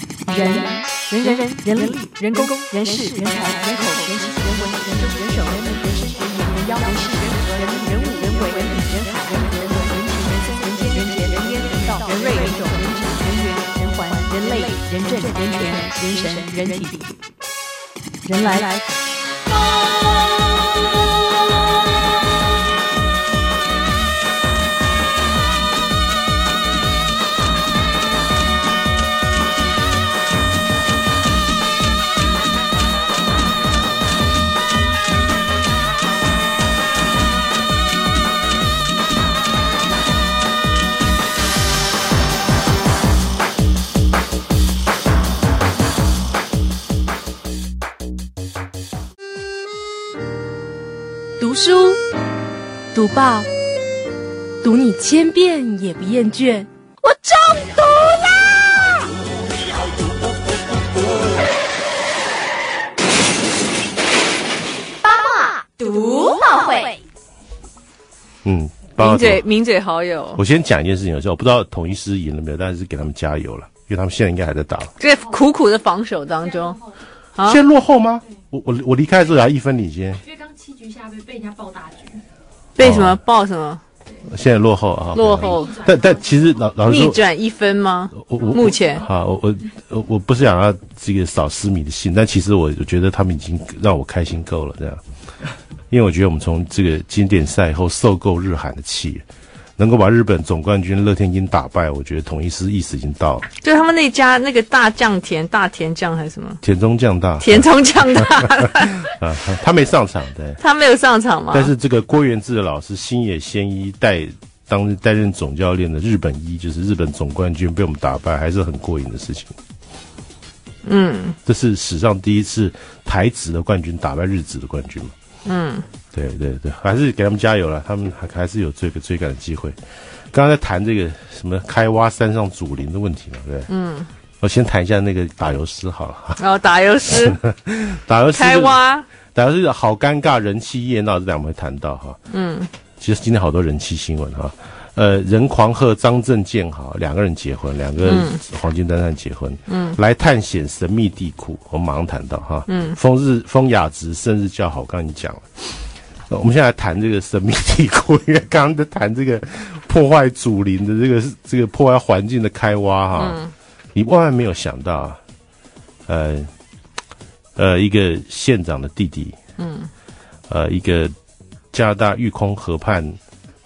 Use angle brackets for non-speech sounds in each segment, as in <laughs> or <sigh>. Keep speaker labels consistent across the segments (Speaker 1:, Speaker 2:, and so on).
Speaker 1: 人人人人人力人工人事人才人口人情人文人政人手人民人事人民人妖人事人人人物人为人理人海人人文人情人生人间人杰人烟人道人瑞人种人质人缘人环人类人政人权人神人体人来。
Speaker 2: 读书、读报，读你千遍也不厌倦。我中毒啦！
Speaker 3: 读报会，
Speaker 4: 嗯，包
Speaker 5: 名
Speaker 4: 括
Speaker 5: 嘴名嘴好友，
Speaker 4: 我先讲一件事情，就是我不知道统一师赢了没有，但是给他们加油了，因为他们现在应该还在打。
Speaker 5: 在苦苦的防守当中，啊
Speaker 4: 现在落后吗？我我我离开的时候还一分领先，
Speaker 6: 因为刚七局下被被人家爆大局，
Speaker 5: 被什么爆什么
Speaker 4: 现在落后啊，
Speaker 5: 落后，
Speaker 4: 但但其实老老实
Speaker 5: 逆
Speaker 4: 说，
Speaker 5: 转一分吗？
Speaker 4: 我我
Speaker 5: 目前
Speaker 4: 好，我我我我不是想要这个扫思米的心，但其实我我觉得他们已经让我开心够了，这样，因为我觉得我们从这个经典赛后受够日韩的气，能够把日本总冠军乐天鹰打败，我觉得统一师意识已经到了，
Speaker 5: 对他们那家那个大酱田大田酱还是什么
Speaker 4: 田中将大
Speaker 5: 田中酱
Speaker 4: <laughs>
Speaker 5: 大，
Speaker 4: 啊，他他没上场对，
Speaker 5: 他没有上场吗？
Speaker 4: 但是这个郭元志老师星野仙一带。当担任总教练的日本一就是日本总冠军被我们打败，还是很过瘾的事情。
Speaker 5: 嗯，
Speaker 4: 这是史上第一次台职的冠军打败日职的冠军嘛？嗯，对对对，还是给他们加油了，他们还还是有这个追赶的机会。刚刚在谈这个什么开挖山上祖林的问题嘛，对，嗯，我先谈一下那个打油诗好了， <laughs>
Speaker 5: 然后打油诗
Speaker 4: 打油诗
Speaker 5: 开挖，
Speaker 4: 打油诗好尴尬，人气热闹，这两我们会谈到哈，嗯，其实今天好多人气新闻哈。呃，任狂贺、张振健哈，两个人结婚，两个黄金单单结婚，嗯，来探险神秘地库，我们马上谈到哈，嗯，风日风雅植生日叫好，我刚刚已经讲了。呃我们现在来谈这个神秘帝国，因为刚刚在谈这个破坏祖灵的这个这个破坏环境的开挖哈，你万万没有想到啊，呃呃，一个县长的弟弟，嗯，呃，一个加拿大育空河畔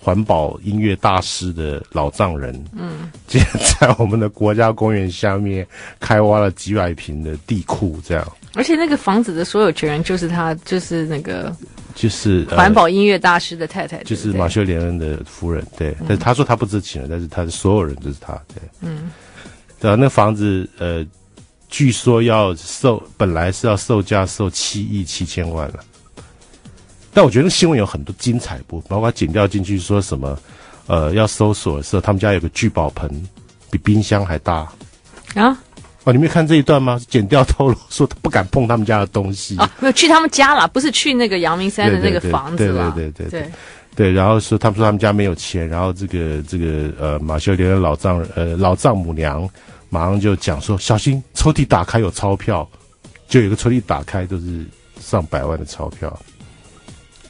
Speaker 4: 环保音乐大师的老丈人，嗯，竟然在我们的国家公园下面开挖了几百平的地库，这样
Speaker 5: 而且那个房子的所有权人就是他，就是那个
Speaker 4: 就是呃
Speaker 5: 环保音乐大师的太太，
Speaker 4: 就
Speaker 5: 对
Speaker 4: 是
Speaker 5: 不对嗯
Speaker 4: 马修·连恩的夫人，对。但是他说他不知情了，但是他的所有人都是他，对。嗯。对啊，那房子呃，据说要售，本来是要售价售七亿七千万了。但我觉得新闻有很多精彩部，包括剪掉进去说什么，呃，要搜索的时候，他们家有个聚宝盆，比冰箱还大。
Speaker 5: 啊
Speaker 4: 哦，你没有看这一段吗？剪掉透露说他不敢碰他们家的东西。
Speaker 5: 啊，没有去他们家啦，不是去那个阳明山的那个房子啦，
Speaker 4: 对对对对对对对，然后说他们说他们家没有钱，然后这个这个呃马修连的老丈人呃老丈母娘马上就讲说小心抽屉打开有钞票，就有一个抽屉打开都是上百万的钞票，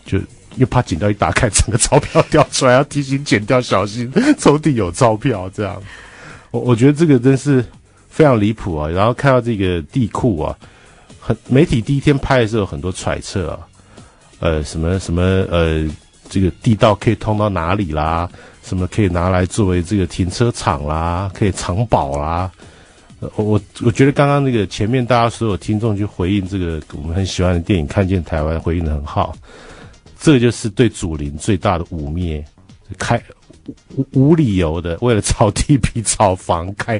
Speaker 4: 就又怕剪掉一打开整个钞票掉出来，要提醒剪掉小心抽屉有钞票这样。我我觉得这个真是非常离谱啊！然后看到这个地库啊，很媒体第一天拍的时候有很多揣测啊，呃什么什么呃这个地道可以通到哪里啦，什么可以拿来作为这个停车场啦，可以藏宝啦。呃我我我觉得刚刚那个前面大家所有听众去回应这个我们很喜欢的电影《看见台湾》，回应的很好，这就是对祖灵最大的污蔑，开无无理由的为了炒地皮、炒房开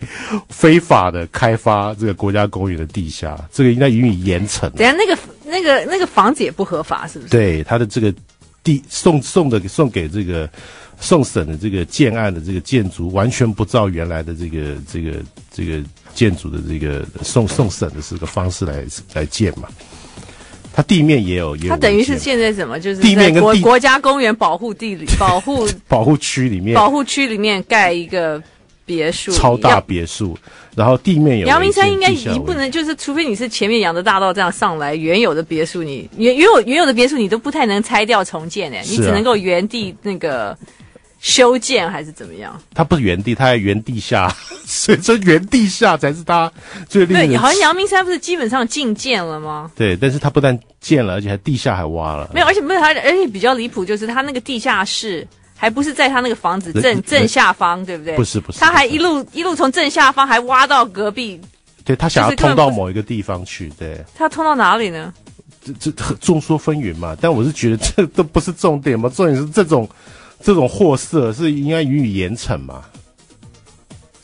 Speaker 4: 非法的开发这个国家公园的地下，这个应该予以严惩。啊
Speaker 5: 等一下那个那个那个房子也不合法，是不是？
Speaker 4: 对他的这个地送送的送给这个送审的这个建案的这个建筑，完全不照原来的这个这个这个建筑的这个送送审的这个方式来来建嘛。它地面也有，也有
Speaker 5: 它等于是
Speaker 4: 违建
Speaker 5: 现在怎么就是
Speaker 4: 地面
Speaker 5: 在
Speaker 4: 跟
Speaker 5: 国
Speaker 4: 地 <laughs>
Speaker 5: 国家公园保护地里保护
Speaker 4: 保护区里面
Speaker 5: 保护区里面盖一个别墅，
Speaker 4: 超大
Speaker 5: 要。
Speaker 4: 别墅，然后地面有
Speaker 5: 阳明山
Speaker 4: 一
Speaker 5: 应
Speaker 4: 间
Speaker 5: 该
Speaker 4: 地下
Speaker 5: 你
Speaker 4: 围
Speaker 5: 不能就是，除非你是前面养的大道这样上来，原有的别墅你原原有原有的别墅你都不太能拆掉重建哎，你
Speaker 4: 是啊
Speaker 5: 只能够原地那个修建还是怎么样？
Speaker 4: 它不是原地，它在原地下， <laughs> 所以这原地下才是它最令
Speaker 5: 对，
Speaker 4: 人
Speaker 5: 好像阳明山不是基本上禁建了吗？
Speaker 4: 对，但是它不但建了，而且还地下还挖了，
Speaker 5: 没有，而且没有它，而且比较离谱就是它那个地下室还不是在它那个房子
Speaker 4: 人
Speaker 5: 正正
Speaker 4: 人
Speaker 5: 下方，对不对？
Speaker 4: 不是不是，
Speaker 5: 他还
Speaker 4: 不是
Speaker 5: 一路一路从正下方还挖到隔壁，
Speaker 4: 对他想要
Speaker 5: 就是根本
Speaker 4: 通到
Speaker 5: 不
Speaker 4: 某一个地方去，对，
Speaker 5: 他通到哪里呢？
Speaker 4: 这这这众说纷纭嘛，但我是觉得这都不是重点嘛，重点是这种这种货色是应该予以严惩嘛。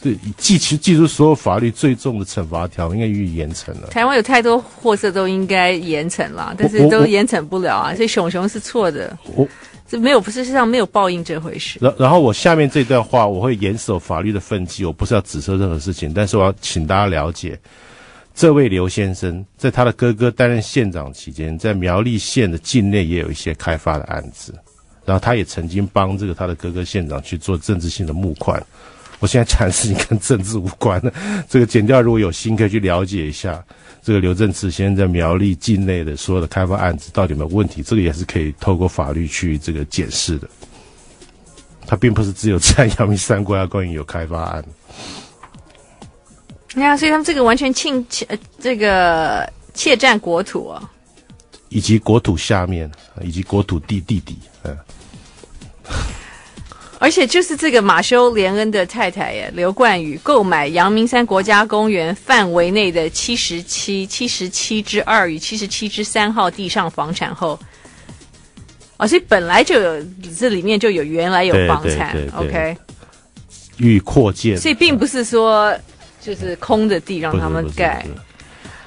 Speaker 4: 对，记其记住所有法律最重的惩罚条，应该予以严惩了。
Speaker 5: 台湾有太多货色都应该严惩啦，但是
Speaker 4: 我我
Speaker 5: 都严惩不了啊，所以熊熊是错的，
Speaker 4: 我
Speaker 5: 这没有不是世上没有报应这回事。
Speaker 4: 然然后我下面这段话，我会严守法律的分际，我不是要指责任何事情，但是我要请大家了解，这位刘先生在他的哥哥担任县长期间，在苗栗县的境内也有一些开发的案子，然后他也曾经帮这个他的哥哥县长去做政治性的募款。我现在讲的事情跟政治无关的， <laughs> 这个剪掉如果有心可以去了解一下，这个刘正慈先生在苗栗境内的所有的开发案子到底有没有问题，这个也是可以透过法律去这个检视的。它并不是只有在阳明山国家公园有开发案。
Speaker 5: 你看、啊所以他们这个完全侵窃、呃这个窃占国土啊，
Speaker 4: 以及国土下面，以及国土地地底，嗯，
Speaker 5: 而且就是这个马修·连恩的太太耶，刘冠宇购买阳明山国家公园范围内的七十七、七十七之二与七十七之三号地上房产后，哦，所以本来就有这里面就有原来有
Speaker 4: 对
Speaker 5: 房
Speaker 4: 对
Speaker 5: 产
Speaker 4: 对对
Speaker 5: o k
Speaker 4: 予以扩建，
Speaker 5: 所以并不是说就是空的地让
Speaker 4: 不是
Speaker 5: 他们
Speaker 4: 不是
Speaker 5: 盖
Speaker 4: 不，是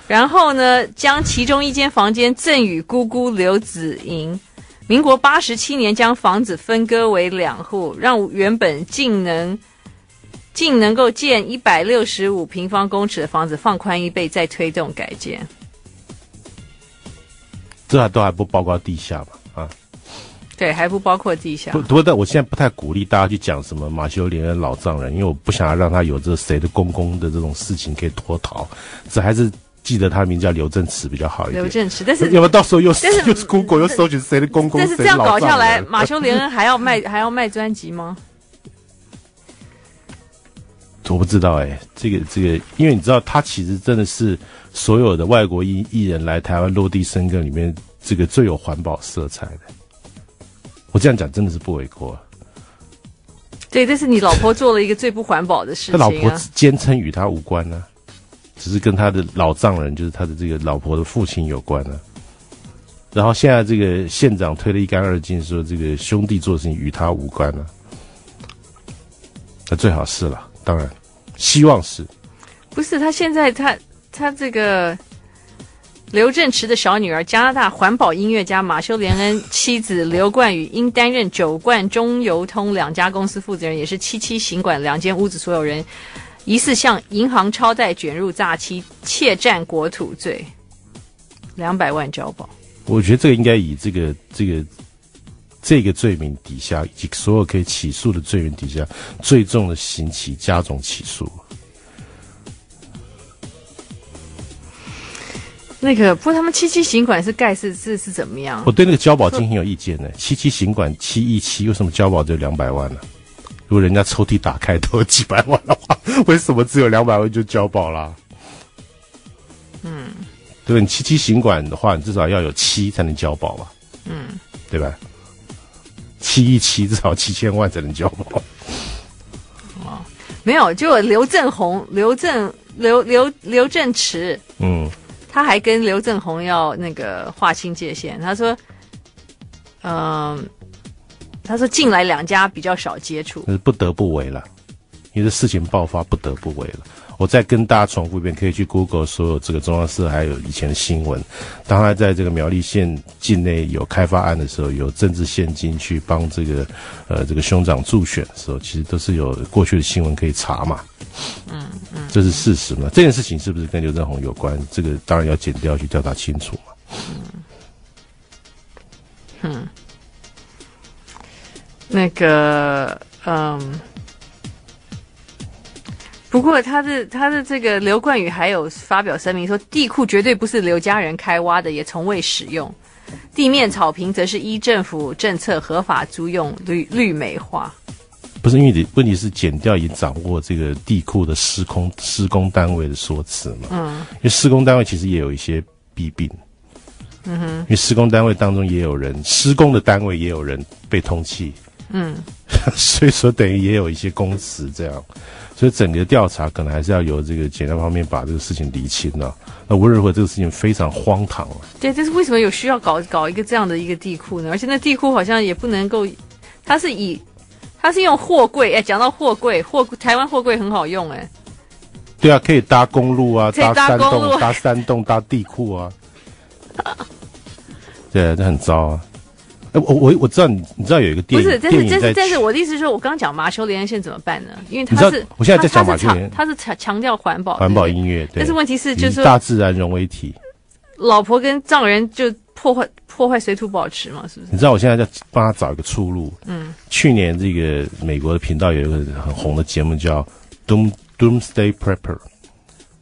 Speaker 5: 然后呢，将其中一间房间赠与姑姑刘子莹。民国八十七年将房子分割为两户，让原本竟能竟能够建一百六十五平方公尺的房子放宽一倍，再推动改建。
Speaker 4: 这还都还不包括地下嘛。啊，
Speaker 5: 对，还不包括地下
Speaker 4: 不，。不过但我现在不太鼓励大家去讲什么马修连恩老丈人，因为我不想要让他有这谁的公公的这种事情可以脱逃，这还是记得他名叫刘正慈比较好一
Speaker 5: 刘
Speaker 4: 点。
Speaker 5: 正池，但是
Speaker 4: 要不然到时候又
Speaker 5: 但是
Speaker 4: 又是 Google 又搜寻谁的公公，
Speaker 5: 但是这
Speaker 4: 谁的
Speaker 5: 样
Speaker 4: 老
Speaker 5: 搞
Speaker 4: 丈
Speaker 5: 下来，
Speaker 4: 人 <laughs>
Speaker 5: 马修·连恩还要卖还要卖专辑吗？
Speaker 4: 我不知道哎、这个这个，因为你知道，他其实真的是所有的外国艺艺人来台湾落地生根里面，这个最有环保色彩的。我这样讲真的是不为过、啊
Speaker 5: 对，但是你老婆做了一个最不环保的事
Speaker 4: 他
Speaker 5: 情
Speaker 4: 老婆
Speaker 5: 啊！
Speaker 4: 坚称与他无关呢、啊只是跟他的老丈人，就是他的这个老婆的父亲有关呢、然后现在这个县长推得一干二净，说这个兄弟做的事情与他无关呢、那最好是了，当然，希望是。
Speaker 5: 不是，他现在他他这个刘正池的小女儿，加拿大环保音乐家马修·连恩妻子刘冠宇，因担任九冠中油通两家公司负责人，也是七七行馆两间屋子所有人，疑似向银行超贷卷入诈欺、窃占国土罪，两百万交保。
Speaker 4: 我觉得这个应该以这个这个这个罪名底下，以及所有可以起诉的罪名底下，最重的刑期加重起诉。
Speaker 5: 那个，不过他们七七行馆是盖是是是怎么样
Speaker 4: 我？对那个交保金很有意见呢、七七刑管七亿七，为什么交保只有两百万呢、如果人家抽屉打开都有几百万的话， <laughs> 为什么只有两百万就交保啦？嗯，对吧？你七七刑管的话，你至少要有七才能交保吧？嗯，对吧？七亿七至少七千万才能交保。
Speaker 5: 没有，就有刘正宏、刘正刘刘刘正池。
Speaker 4: 嗯。
Speaker 5: 他还跟刘正宏要那个划清界限。他说，嗯、他说近来两家比较少接触。
Speaker 4: 但是不得不为了，因为这事情爆发不得不为了。我再跟大家重复一遍，可以去 Google 所有这个中央社还有以前的新闻。当他在这个苗栗县境内有开发案的时候，有政治现金去帮这个呃这个兄长助选的时候，其实都是有过去的新闻可以查嘛。嗯嗯，这是事实嘛？这件事情是不是跟刘正宏有关？这个当然要剪掉去调查清楚嘛。
Speaker 5: 那个，嗯、不过他的他的这个刘冠宇还有发表声明说，地库绝对不是刘家人开挖的，也从未使用。地面草坪则是依政府政策合法租用绿绿美化。
Speaker 4: 不是因为你问题是减掉已掌握这个地库的施工施工单位的说辞嘛？嗯，因为施工单位其实也有一些弊病。嗯哼，因为施工单位当中也有人施工的单位也有人被通气。嗯， <laughs> 所以说等于也有一些公司这样，所以整个调查可能还是要由这个检察方面把这个事情理清了、那无论如何，这个事情非常荒唐啊！
Speaker 5: 对，但是为什么有需要搞搞一个这样的一个地库呢？而且那地库好像也不能够，它是以它是用货柜，哎，讲到货柜，货台湾货柜很好用，哎，
Speaker 4: 对啊，可以搭公路啊，
Speaker 5: 可以搭
Speaker 4: 山
Speaker 5: 公路
Speaker 4: 洞、搭山洞、搭地
Speaker 5: <laughs>
Speaker 4: 库啊。对，这很糟啊！哎，我我我知道你，你知道有一个
Speaker 5: 不
Speaker 4: 电
Speaker 5: 是，
Speaker 4: 影，
Speaker 5: 但
Speaker 4: 电
Speaker 5: 是
Speaker 4: 影
Speaker 5: 但
Speaker 4: 在
Speaker 5: 是但是我的意思是说，我刚刚讲马修连恩线怎么办呢？因为
Speaker 4: 你
Speaker 5: 它
Speaker 4: 知道
Speaker 5: 是
Speaker 4: 我现在在
Speaker 5: 它
Speaker 4: 讲马
Speaker 5: 它
Speaker 4: 修
Speaker 5: 是
Speaker 4: 连
Speaker 5: 强
Speaker 4: 恩
Speaker 5: 它是强强调环保
Speaker 4: 环保
Speaker 5: 对不对
Speaker 4: 音乐，对，
Speaker 5: 但是问题是就是
Speaker 4: 以
Speaker 5: 说
Speaker 4: 大自然融为体。
Speaker 5: 老婆跟丈人就破坏破坏水土保持嘛，是不是？
Speaker 4: 你知道我现在在帮他找一个出路。嗯，去年这个美国的频道有一个很红的节目叫 Doom Doomsday Prepper，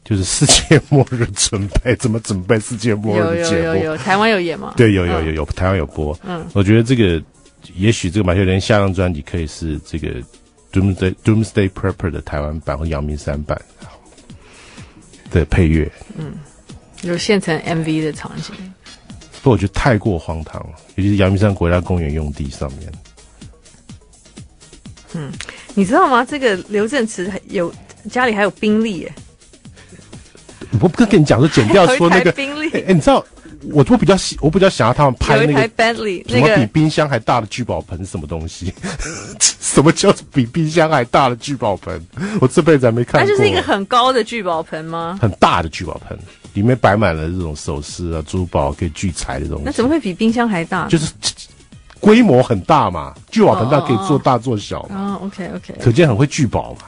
Speaker 4: 就是世界末日准备，怎么准备世界末
Speaker 5: 有
Speaker 4: 日的
Speaker 5: 有
Speaker 4: 节目。
Speaker 5: 有有，台湾有演嘛？
Speaker 4: 对，有有
Speaker 5: 嗯
Speaker 4: 有有，台湾有播。嗯，我觉得这个也许这个马修连下张专辑可以是这个 Doomsday Doomsday Prepper 的台湾版或阳明山版的配乐，
Speaker 5: 有现成 MV 的场景。
Speaker 4: 不过我觉得太过荒唐了，尤其是阳明山国家公园用地上面。
Speaker 5: 你知道吗？这个刘正池还有家里还有宾利耶，
Speaker 4: 我不是跟你讲说剪掉说那
Speaker 5: 有一台
Speaker 4: 个，
Speaker 5: 宾利
Speaker 4: 哎、哎你知道我我比较喜我比较想要他们拍
Speaker 5: 有一
Speaker 4: 那
Speaker 5: 台
Speaker 4: 个
Speaker 5: Bentley，
Speaker 4: 什
Speaker 5: 那
Speaker 4: 么比
Speaker 5: 个啊
Speaker 4: 冰箱还大的聚宝盆是什么东西？ <laughs> 什么叫比冰箱还大的聚宝盆？我这辈子还没看
Speaker 5: 它
Speaker 4: 过。
Speaker 5: 就是一个很高的聚宝盆吗？
Speaker 4: 很大的聚宝盆，里面摆满了这种首饰啊、珠宝可以聚财的东西。
Speaker 5: 那怎么会比冰箱还大？
Speaker 4: 就是规模很大嘛？聚宝盆大可以做大做小嘛，
Speaker 5: 哦，OK OK，
Speaker 4: 可见很会聚宝嘛。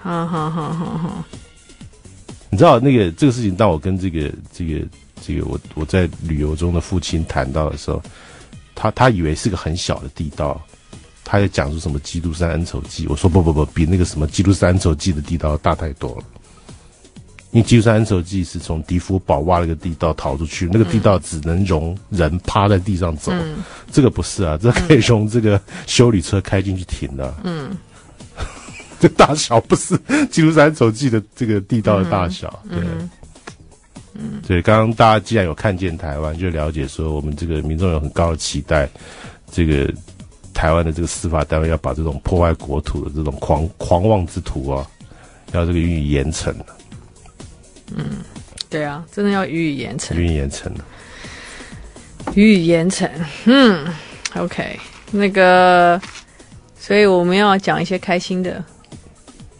Speaker 5: 好好好好好，
Speaker 4: 你知道那个这个事情，当我跟这个这个这个我我在旅游中的父亲谈到的时候，他他以为是个很小的地道，他就讲出什么基督山恩仇记，我说不不不，比那个什么基督山恩仇记的地道大太多了。因为基督山恩仇记是从迪福堡挖了个地道逃出去，那个地道只能容人趴在地上走，这个不是啊，这可以容这个修理车开进去停的、嗯， <laughs> 这大小不是基督山恩仇记的这个地道的大小，对。对，刚刚大家既然有看见台湾，就了解说我们这个民众有很高的期待，这个台湾的这个司法单位要把这种破坏国土的这种狂狂妄之徒啊，要这个予以严惩的，
Speaker 5: 对啊，真的要予以严惩，
Speaker 4: 予以严惩的。
Speaker 5: 予以严惩。嗯，OK，那个，所以我们要讲一些开心的。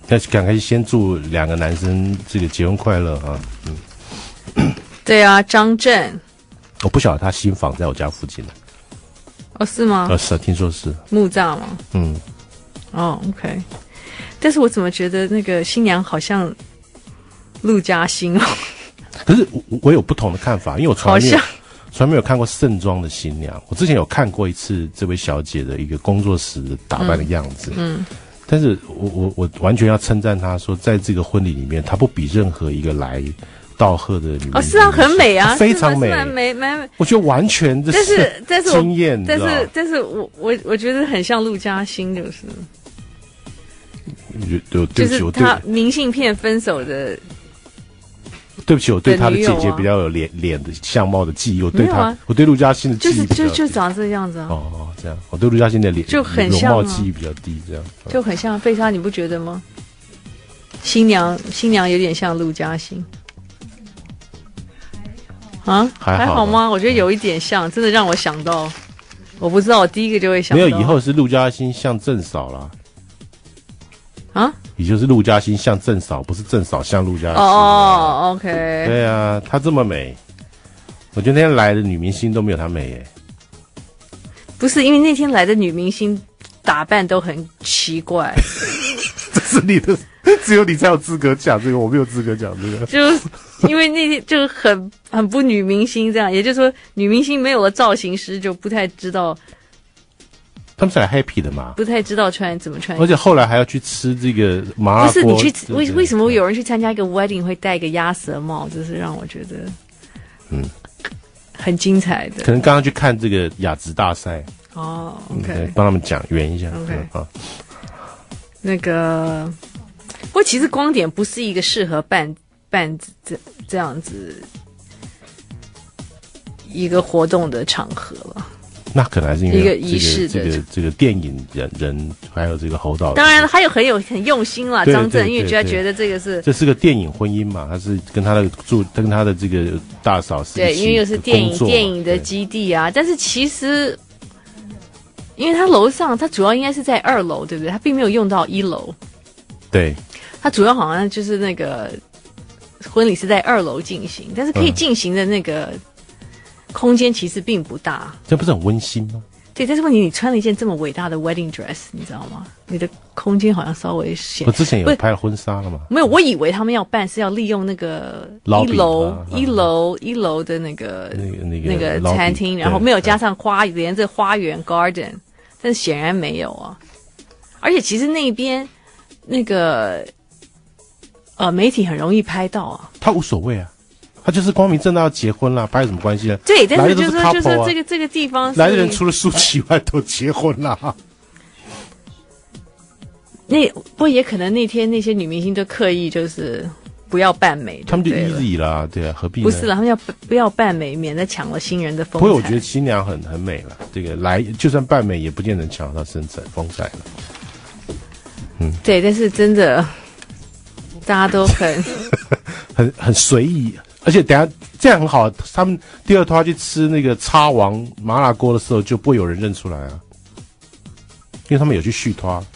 Speaker 4: 那赶快先祝两个男生这个结婚快乐啊！
Speaker 5: 对啊，张震，
Speaker 4: 我不晓得他新房在我家附近呢，
Speaker 5: 哦，是吗？
Speaker 4: 呃、是啊，听说是，
Speaker 5: 木栅吗？
Speaker 4: 嗯，
Speaker 5: 哦，OK。但是我怎么觉得那个新娘好像陆嘉欣哦，
Speaker 4: 可是我我有不同的看法，因为我从来没有
Speaker 5: 好像
Speaker 4: 从来没有看过盛装的新娘。我之前有看过一次这位小姐的一个工作室的打扮的样子，嗯，但是我我我完全要称赞她说，在这个婚礼里面，她不比任何一个来道贺的女明
Speaker 5: 哦，
Speaker 4: 星
Speaker 5: 是啊，很美啊，
Speaker 4: 她非常
Speaker 5: 是
Speaker 4: 美
Speaker 5: 蛮，是蛮美蛮。
Speaker 4: 我觉得完全这
Speaker 5: 但是但是我
Speaker 4: 惊艳，你
Speaker 5: 但
Speaker 4: 知道吗
Speaker 5: 是但是我我我觉得很像陆嘉欣，就是
Speaker 4: 我觉得对
Speaker 5: 就
Speaker 4: 对不起，
Speaker 5: 是
Speaker 4: 我对
Speaker 5: 她明信片分手的，
Speaker 4: 对不起，我对她的姐
Speaker 5: 的女
Speaker 4: 姐
Speaker 5: 友啊
Speaker 4: 比较有脸脸的相貌的记忆，我对
Speaker 5: 没有
Speaker 4: 她，
Speaker 5: 啊
Speaker 4: 我对陆嘉欣的记
Speaker 5: 就
Speaker 4: 忆
Speaker 5: 是
Speaker 4: 比较
Speaker 5: 就就长这样子啊，
Speaker 4: 哦哦这样，我对陆嘉欣的脸
Speaker 5: 就很
Speaker 4: 容
Speaker 5: 像
Speaker 4: 貌
Speaker 5: 啊
Speaker 4: 记忆比较低，这样嗯
Speaker 5: 就很像贝莎，你不觉得吗？新娘新娘有点像陆嘉欣。啊，
Speaker 4: 还好吧
Speaker 5: 好吗？我觉得有一点像，真的让我想到，我不知道，我第一个就会想
Speaker 4: 没
Speaker 5: 到。
Speaker 4: 有，以后是陆嘉欣向郑嫂啦。
Speaker 5: 啊？
Speaker 4: 也就是陆嘉欣向郑嫂，不是郑嫂向陆嘉欣。啊
Speaker 5: 哦哦，OK，
Speaker 4: 对啊，她这么美，我觉得那天来的女明星都没有她美耶。
Speaker 5: 不是因为那天来的女明星打扮都很奇怪，
Speaker 4: 这是你的， <laughs> 只有你才有资格讲这个，我没有资格讲这个。
Speaker 5: 就是因为那天就很很不女明星这样，也就是说女明星没有了造型师就不太知道
Speaker 4: 他们是来 happy 的嘛。
Speaker 5: 不太知道穿怎么穿。
Speaker 4: 而且后来还要去吃这个麻
Speaker 5: 不
Speaker 4: 辣
Speaker 5: 是
Speaker 4: 锅
Speaker 5: 你去
Speaker 4: 啊对
Speaker 5: 为
Speaker 4: 对
Speaker 5: 为什么有人去参加一个 wedding 会戴一个鸭舌帽？这是让我觉得，
Speaker 4: 嗯，
Speaker 5: 很精彩的
Speaker 4: 可能刚刚去看这个雅致大赛，
Speaker 5: 哦。
Speaker 4: 嗯
Speaker 5: OK，
Speaker 4: 帮他们讲圆一下
Speaker 5: OK
Speaker 4: 嗯啊。
Speaker 5: 那个，不过其实光点不是一个适合办办这这样子一个活动的场合了。
Speaker 4: 那可能还是因
Speaker 5: 一个
Speaker 4: 为
Speaker 5: 仪式
Speaker 4: 这
Speaker 5: 的
Speaker 4: 个这个这个电影人人还有这个侯导，
Speaker 5: 当然，还有很有很用心啦，
Speaker 4: 对
Speaker 5: 张震，
Speaker 4: 对
Speaker 5: 因为
Speaker 4: 对
Speaker 5: 觉得
Speaker 4: 对
Speaker 5: 觉得这个是
Speaker 4: 这是个电影婚姻嘛，他是跟他的住跟他的这个大嫂是
Speaker 5: 对，
Speaker 4: 一起
Speaker 5: 因为又是电影
Speaker 4: 工作嘛
Speaker 5: 电影的
Speaker 4: 对
Speaker 5: 基地啊。但是其实，因为它楼上，它主要应该是在二楼，对不对？它并没有用到一楼，
Speaker 4: 对
Speaker 5: 它主要好像就是那个婚礼是在二楼进行，但是可以
Speaker 4: 嗯
Speaker 5: 进行的那个空间其实并不大。
Speaker 4: 这不是很温馨吗？
Speaker 5: 对，但是问题你穿了一件这么伟大的 wedding dress，你知道吗？你的空间好像稍微显
Speaker 4: 我之前
Speaker 5: 不
Speaker 4: 有
Speaker 5: 是
Speaker 4: 拍了婚纱了嘛，
Speaker 5: 没有，我以为他们要办是要利用那个
Speaker 4: 老
Speaker 5: 一
Speaker 4: 饼
Speaker 5: 楼
Speaker 4: 啊
Speaker 5: 一
Speaker 4: 啊
Speaker 5: 楼一楼的那个
Speaker 4: 那个那
Speaker 5: 那
Speaker 4: 个
Speaker 5: 个
Speaker 4: 老
Speaker 5: 餐
Speaker 4: 饼
Speaker 5: 厅，
Speaker 4: 对
Speaker 5: 然后没有
Speaker 4: 对
Speaker 5: 加上花连着花园 garden，但是显然没有啊。而且其实那边那个呃媒体很容易拍到啊，
Speaker 4: 他无所谓啊，他就是光明正大要结婚了，拍有什么关系呢？
Speaker 5: 对，但
Speaker 4: 来
Speaker 5: 是
Speaker 4: 的都
Speaker 5: 就是说、就
Speaker 4: couple
Speaker 5: 说
Speaker 4: 啊
Speaker 5: 这个这个地方是
Speaker 4: 来的人除了舒淇以外都结
Speaker 5: <laughs>
Speaker 4: 婚了，
Speaker 5: 那不过也可能那天那些女明星都刻意就是不要扮美，
Speaker 4: 他们就
Speaker 5: 对了
Speaker 4: easy 啦，对啊，何必呢？
Speaker 5: 不是了，他们要不要扮美，免得抢了新人的风
Speaker 4: 不
Speaker 5: 采。
Speaker 4: 过我觉得新娘很很美了，这个来就算扮美也不见得抢到她身材风采了。
Speaker 5: 对，但是真的，大家都很
Speaker 4: 很很随意，而且等一下这样很好。他们第二趟去吃那个叉王麻辣锅的时候，就不会有人认出来啊，因为他们有去续啊拖，
Speaker 5: 啊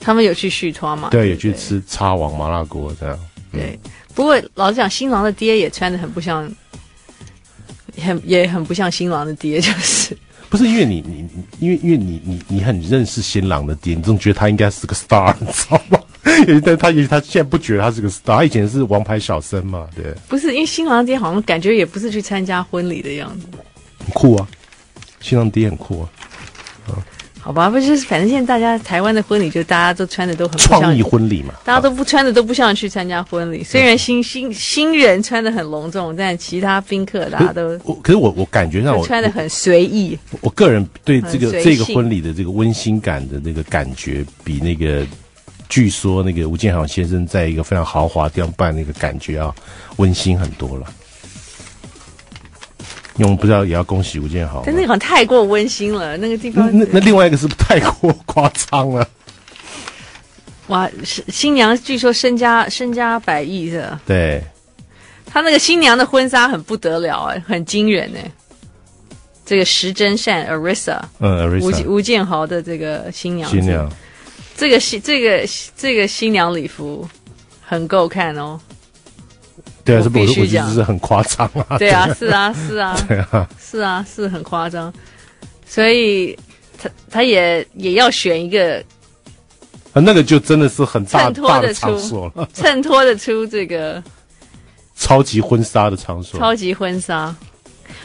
Speaker 5: 他们有去续托嘛？
Speaker 4: 对，
Speaker 5: 不
Speaker 4: 有去吃叉王麻辣锅这样。
Speaker 5: 对，不过老实讲，新郎的爹也穿的很不像，很也很不像新郎的爹，就是 <laughs>
Speaker 4: 不是因为你你你因为因为你你你很认识新郎的爹，你总觉得他应该是个 star，你知道吗？也许但他也许他现在不觉得他是个 star，他以前是王牌小生嘛，对，
Speaker 5: 不是因为新郎的爹好像感觉也不是去参加婚礼的样子，
Speaker 4: 很酷啊，新郎爹很酷啊，
Speaker 5: 好吧？不就是反正现在大家台湾的婚礼就大家都穿的都很不
Speaker 4: 创
Speaker 5: 像
Speaker 4: 意。婚礼嘛，
Speaker 5: 大家都不穿的都不像去参加婚礼，虽然新新新人穿的很隆重，但其他宾客大家都
Speaker 4: 我可是我我感觉上
Speaker 5: 都
Speaker 4: 我
Speaker 5: 穿的很随意。
Speaker 4: 我个人对这个
Speaker 5: 很随
Speaker 4: 这
Speaker 5: 性
Speaker 4: 个婚礼的这个温馨感的那个感觉，比那个据说那个吴建豪先生在一个非常豪华地方办那个感觉啊，温馨很多了。因为我们不知道也要恭喜吴建豪嘛。
Speaker 5: 但那个好像太过温馨了，那个地
Speaker 4: 那
Speaker 5: 方
Speaker 4: 那那另外一个是不是太过夸张
Speaker 5: <laughs>
Speaker 4: 了？
Speaker 5: 哇，是新娘据说身家身家百亿的，
Speaker 4: 对，
Speaker 5: 她那个新娘的婚纱很不得了哎、很惊人哎、这个石真善 Arisa
Speaker 4: 嗯
Speaker 5: 吴建
Speaker 4: ，Arisa
Speaker 5: 吴建豪的这个新娘，
Speaker 4: 新娘，
Speaker 5: 这个新这个这个新娘礼服很够看哦。
Speaker 4: 对啊，
Speaker 5: 我
Speaker 4: 是不是
Speaker 5: 必
Speaker 4: 我
Speaker 5: 须
Speaker 4: 我觉
Speaker 5: 讲
Speaker 4: 得是很夸张
Speaker 5: <laughs>
Speaker 4: 啊。
Speaker 5: 对啊，是啊，是啊， <laughs>
Speaker 4: 对啊，
Speaker 5: 是啊，是很夸张，所以她她也也要选一个
Speaker 4: 啊 <laughs> 那个就真的是很大
Speaker 5: 衬托
Speaker 4: 大
Speaker 5: 得
Speaker 4: 的场
Speaker 5: 出
Speaker 4: 所了， <laughs>
Speaker 5: 衬托得出这个。
Speaker 4: 超级婚纱的场所。
Speaker 5: 超级婚纱，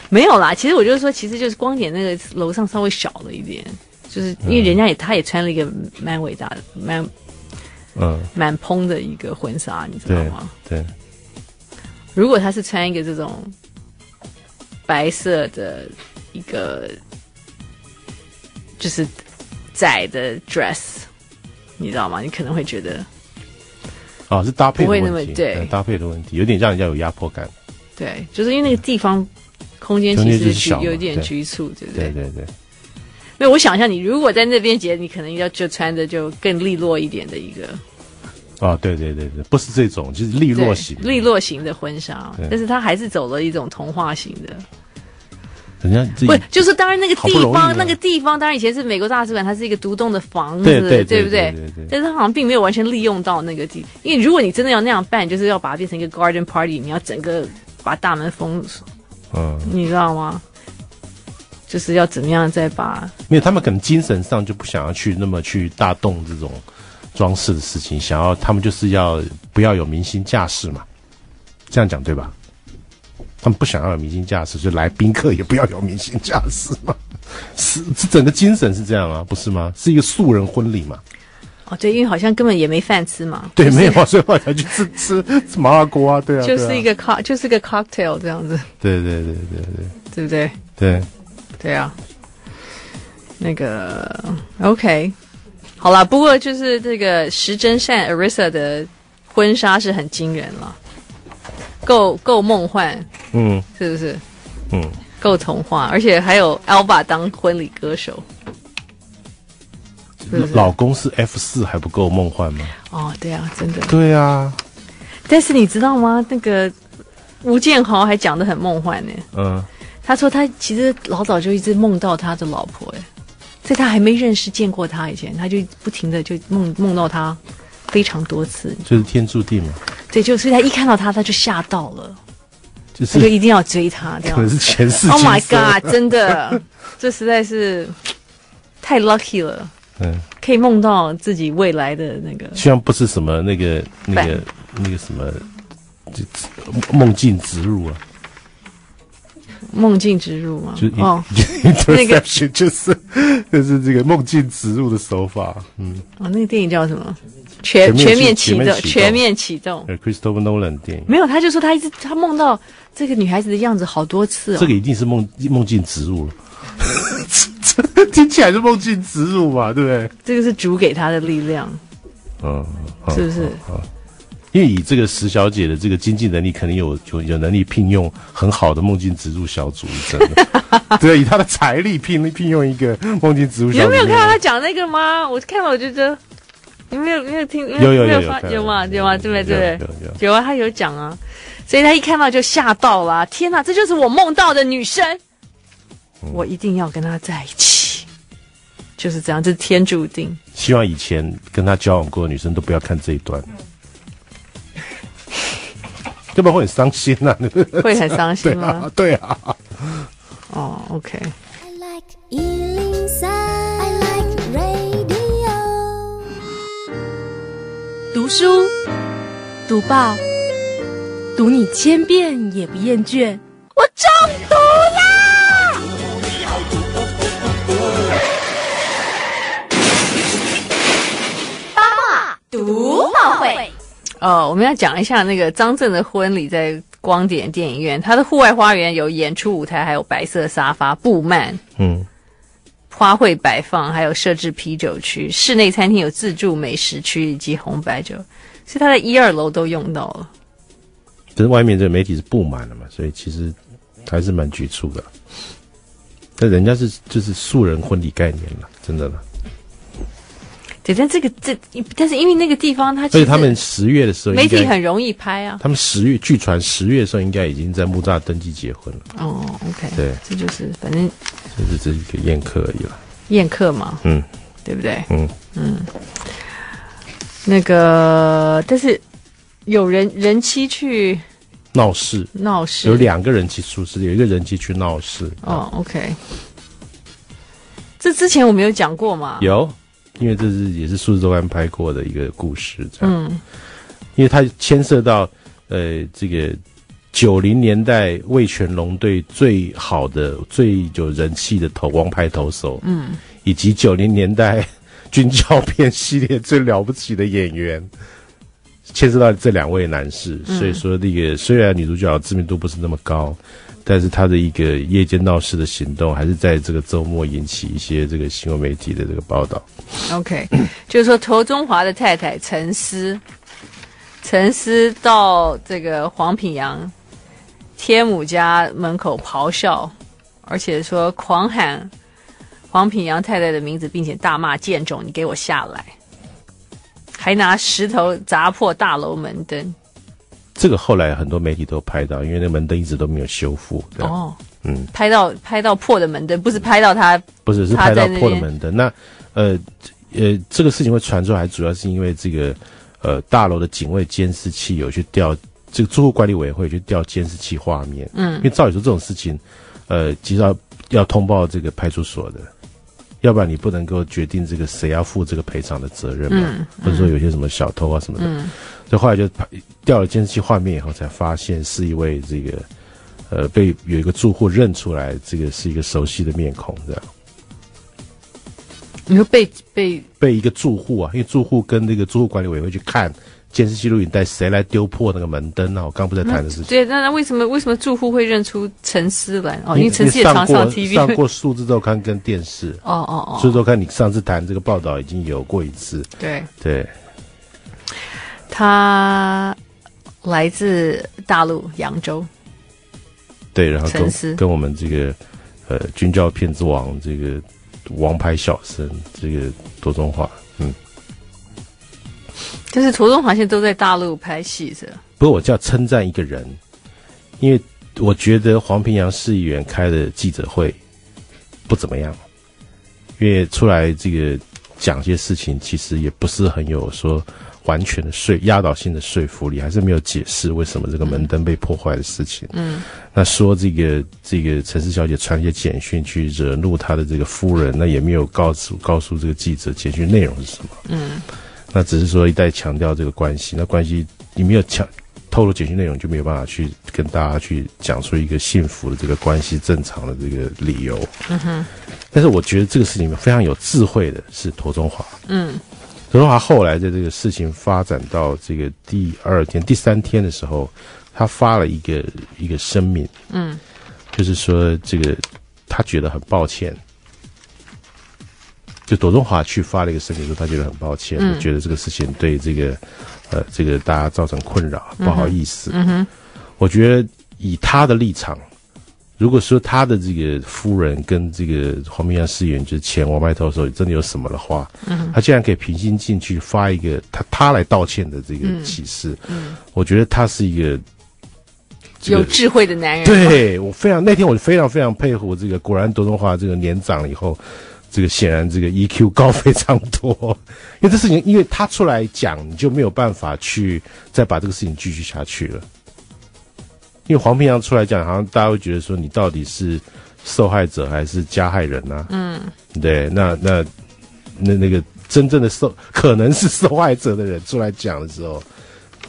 Speaker 5: 没有啦。其实我就是说，其实就是光点那个楼上稍微小了一点，就是因为人家也、他也穿了一个蛮伟大的、蛮
Speaker 4: 嗯，
Speaker 5: 蛮蓬的一个婚纱，你知道
Speaker 4: 对
Speaker 5: 吗？
Speaker 4: 对，
Speaker 5: 如果他是穿一个这种白色的一个就是窄的 dress，你知道吗？你可能会觉得
Speaker 4: 啊，是搭配的
Speaker 5: 不会那么
Speaker 4: 问题，嗯
Speaker 5: 对
Speaker 4: 搭配的问题，有点让人家有压迫感。
Speaker 5: 对，就是因为那个地方空间
Speaker 4: 空
Speaker 5: 其
Speaker 4: 间就
Speaker 5: 实
Speaker 4: 是
Speaker 5: 局
Speaker 4: 小嘛
Speaker 5: 有点
Speaker 4: 对
Speaker 5: 局促，对不
Speaker 4: 对对对，
Speaker 5: 没有，我想象你如果在那边结，你可能要就穿的就更利落一点的一个
Speaker 4: 啊，对对对对，不是这种，就是利
Speaker 5: 对
Speaker 4: 落型，
Speaker 5: 利，落型的婚纱
Speaker 4: 对，
Speaker 5: 但是它还是走了一种童话型的。
Speaker 4: 人家自
Speaker 5: 不
Speaker 4: 己，
Speaker 5: 就是当然那个
Speaker 4: 好
Speaker 5: 地
Speaker 4: 不容易
Speaker 5: 方
Speaker 4: 啊，
Speaker 5: 那个地方当然以前是美国大使馆，它是一个独栋的房子，
Speaker 4: 对对
Speaker 5: 对
Speaker 4: 对
Speaker 5: 不
Speaker 4: 对对对
Speaker 5: 但是它好像并没有完全利用到那个地，因为如果你真的要那样办，就是要把它变成一个 garden party，你要整个把大门封，
Speaker 4: 嗯，
Speaker 5: 你知道吗？就是要怎么样再把
Speaker 4: 因为他们可能精神上就不想要去那么去大动这种装饰的事情，想要他们就是要不要有明星架势嘛，这样讲对吧？他们不想要有明星驾驶，所以来宾客也不要有明星驾驶嘛， <laughs> 是是整个精神是这样啊吗？不是吗？是一个素人婚礼嘛？
Speaker 5: 哦，对，因为好像根本也没饭吃嘛，
Speaker 4: 对，没有啊，所以后来才去吃吃吃麻辣锅啊，对啊，
Speaker 5: 就是一
Speaker 4: 个，
Speaker 5: 个 co 就是个 cocktail 这样子，
Speaker 4: 对对对对对
Speaker 5: 对不对？
Speaker 4: 对，
Speaker 5: 对啊，那个 OK，好啦，不过就是这个石真善 Arisa 的婚纱是很惊人了，够够梦幻，
Speaker 4: 嗯
Speaker 5: 是不是？
Speaker 4: 嗯，
Speaker 5: 够童话，而且还有 Alba 当婚礼歌手。是不是
Speaker 4: 老公是 F 四还不够梦幻吗？
Speaker 5: 哦，对啊，真的。
Speaker 4: 对啊，
Speaker 5: 但是你知道吗？那个吴建豪还讲得很梦幻呢。
Speaker 4: 嗯，
Speaker 5: 他说他其实老早就一直梦到他的老婆，哎，在他还没认识见过他以前，他就不停的就梦梦到他非常多次。
Speaker 4: 就是天注定嘛，
Speaker 5: 对，就所以他一看到他，他就吓到了，
Speaker 4: 就
Speaker 5: 他就是一定要追他这
Speaker 4: 可
Speaker 5: 样。
Speaker 4: 能是前世
Speaker 5: Oh my
Speaker 4: 今生
Speaker 5: god！真的， <laughs> 这实在是太 lucky 了，
Speaker 4: 嗯，
Speaker 5: 可以梦到自己未来的那个。
Speaker 4: 希望不是什么那个那个那个什么。就梦境植入啊，
Speaker 5: 梦境植入吗
Speaker 4: 就是？
Speaker 5: 哦
Speaker 4: interception，就是就是这个梦境植入的手法。嗯，
Speaker 5: 哦，那个电影叫什么？全
Speaker 4: 全面
Speaker 5: 面
Speaker 4: 启
Speaker 5: 启动，
Speaker 4: 全
Speaker 5: 全
Speaker 4: 面
Speaker 5: 面启动。
Speaker 4: 呃，Christopher Nolan 电影，
Speaker 5: 没有，他就说他一直他梦到这个女孩子的样子好多次哦。
Speaker 4: 这个一定是啊梦梦境植入了，这这 <laughs> 听起来是梦境植入嘛，对不对？
Speaker 5: 这个是主给他的力量，
Speaker 4: 嗯，嗯
Speaker 5: 是不是？
Speaker 4: 因为以这个石小姐的这个经济能力，肯定有有有能力聘用很好的梦境植入小组，真的。 <laughs> 对，以她的财力聘聘用一个梦境植入
Speaker 5: 你
Speaker 4: 小
Speaker 5: 们
Speaker 4: 组，
Speaker 5: 没有看到他讲那个吗？我看了，我觉得你没有没有听，没
Speaker 4: 有有
Speaker 5: 有
Speaker 4: 有
Speaker 5: 有发
Speaker 4: 看
Speaker 5: 有吗？
Speaker 4: 有
Speaker 5: 有吗？
Speaker 4: 有
Speaker 5: 对不对？
Speaker 4: 有
Speaker 5: 对
Speaker 4: 有有
Speaker 5: 不对？有啊，他有讲啊，所以他一看到就吓到了啊、天哪，这就是我梦到的女生，我一定要跟她在一起，就是这样，这是天注定。
Speaker 4: 希望以前跟她交往过的女生都不要看这一
Speaker 5: <laughs>
Speaker 4: 段，要不然会很伤心呐、啊。
Speaker 5: 会很伤心吗？
Speaker 4: <laughs> 对啊，
Speaker 5: 哦，OK，
Speaker 7: I like Ealing Sound. I like radio.
Speaker 2: 读书，读报，读你千遍也不厌倦。我中毒啦！
Speaker 3: 读报会，
Speaker 5: 哦，我们要讲一下那个张震的婚礼在光点电影院，它的户外花园有演出舞台，还有白色沙发、布幔、
Speaker 4: 嗯，
Speaker 5: 花卉摆放，还有设置啤酒区。室内餐厅有自助美食区以及红白酒，所以它在一二楼都用到了。
Speaker 4: 可是外面这个媒体是布满了嘛，所以其实还是蛮局促的。但人家是就是素人婚礼概念了，真的了。
Speaker 5: 对，但这个这，但是因为那个地方它
Speaker 4: 而
Speaker 5: 其
Speaker 4: 且
Speaker 5: 实
Speaker 4: 他们十月的时候应该，
Speaker 5: 媒体很容易拍啊。
Speaker 4: 他们十月据传十月的时候应该已经在木栅登记结婚了，
Speaker 5: 哦，OK，
Speaker 4: 对，
Speaker 5: 这就是反正
Speaker 4: 所以这只是一个宴客而已了。
Speaker 5: 宴客嘛，
Speaker 4: 嗯，
Speaker 5: 对不对？
Speaker 4: 嗯
Speaker 5: 那个，但是有人人妻去
Speaker 4: 闹事
Speaker 5: 闹事，
Speaker 4: 有两个人去出事，有一个人去去闹事，
Speaker 5: 哦，OK，这之前我们有讲过嘛？
Speaker 4: 有，因为这是也是数字周刊拍过的一个故事，这样，
Speaker 5: 嗯，
Speaker 4: 因为它牵涉到呃这个九零年代魏全龙队最好的、最有人气的投王牌投手，嗯，以及九零年代军教片系列最了不起的演员。牵涉到这两位男士，所以说那个虽然女主角知名度不是那么高，但是她的一个夜间闹事的行动，还是在这个周末引起一些这个新闻媒体的这个报道。
Speaker 5: OK，就是 <clears throat> 说陶中华的太太陈思，陈思到这个黄品阳天母家门口咆哮，而且说狂喊黄品阳太太的名字，并且大骂贱种，你给我下来！还拿石头砸破大楼门灯。
Speaker 4: 这个后来很多媒体都拍到，因为那个门灯一直都没有修复。这样，
Speaker 5: 哦，
Speaker 4: 嗯，
Speaker 5: 拍到拍到破的门灯，不是拍到他
Speaker 4: 不是是
Speaker 5: 他
Speaker 4: 拍
Speaker 5: 在
Speaker 4: 到
Speaker 5: 那
Speaker 4: 破了
Speaker 5: 边
Speaker 4: 门灯。那呃呃，这个事情会传出来，主要是因为这个呃大楼的警卫监视器有去调，这个住户管理委员会去调监视器画面。嗯，因为照理说这种事情，呃，其实要要通报这个派出所的。要不然你不能够决定这个谁要负这个赔偿的责任
Speaker 5: 嗯
Speaker 4: 嘛，或者说有些什么小偷啊什么的，所以后来就拍调了监视器画面以后，才发现是一位这个呃，被有一个住户认出来，这个是一个熟悉的面孔，这样
Speaker 5: 你说被被
Speaker 4: 被一个住户啊，因为住户跟那个住户管理委员会去看监视记录影带，谁来丢破那个门灯啊？我刚不是在谈的事情。
Speaker 5: 对，那那为什么为什么住户会认出陈思兰？哦，
Speaker 4: 你
Speaker 5: 因为陈思也
Speaker 4: 上
Speaker 5: 常
Speaker 4: 过
Speaker 5: 上 TV。
Speaker 4: 上过数字周刊跟电视。
Speaker 5: 哦哦
Speaker 4: 数字
Speaker 5: 哦，
Speaker 4: 周刊，你上次谈这个报道已经有过一次，
Speaker 5: 对，
Speaker 4: 对，
Speaker 5: 他来自大陆扬州。
Speaker 4: 对，然后
Speaker 5: 沉思
Speaker 4: 跟跟我们这个呃军教骗子王这个王牌小生这个多中华，嗯，
Speaker 5: 就是涂中华现在都在大陆拍戏的，
Speaker 4: 不过我就要称赞一个人，因为我觉得黄平阳市议员开的记者会不怎么样，因为出来这个讲些事情，其实也不是很有说完全的说压倒性的说服力，还是没有解释为什么这个门灯被破坏的事情。
Speaker 5: 嗯，
Speaker 4: 那说这个这个陈氏小姐传一些简讯去惹怒她的这个夫人，那也没有告诉告诉这个记者简讯内容是什么。
Speaker 5: 嗯，
Speaker 4: 那只是说一再强调这个关系，那关系你没有强透露简讯内容，就没有办法去跟大家去讲出一个幸福的这个关系正常的这个理由。嗯哼。但是我觉得这个事情非常有智慧的是陀中华。
Speaker 5: 嗯，
Speaker 4: 德中华后来在这个事情发展到这个第二天、第三天的时候，他发了一个一个声明，
Speaker 5: 嗯，
Speaker 4: 就是说这个他觉得很抱歉。就左中华去发了一个声明，说他觉得很抱歉，
Speaker 5: 嗯
Speaker 4: 觉得这个事情对这个呃这个大家造成困扰，不好意思。
Speaker 5: 嗯哼，
Speaker 4: 我觉得以他的立场，如果说他的这个夫人跟这个黄明阳饰演就是前王麦头的时候真的有什么的话，嗯、他竟然可以平心静气发一个他他来道歉的这个启示，嗯我觉得他是一个、这个
Speaker 5: 有智慧的男人。，
Speaker 4: 对我非常那天我非常非常佩服这个，果然德中华这个年长了以后，这个显然这个 EQ <laughs> 高非常多，因为这事情，因为他出来讲，你就没有办法去再把这个事情继续下去了。因为黄平阳出来讲，好像大家会觉得说你到底是受害者还是加害人啊？嗯，对，那那那那个真正的受 <laughs> 可能是受害者的人出来讲的时候，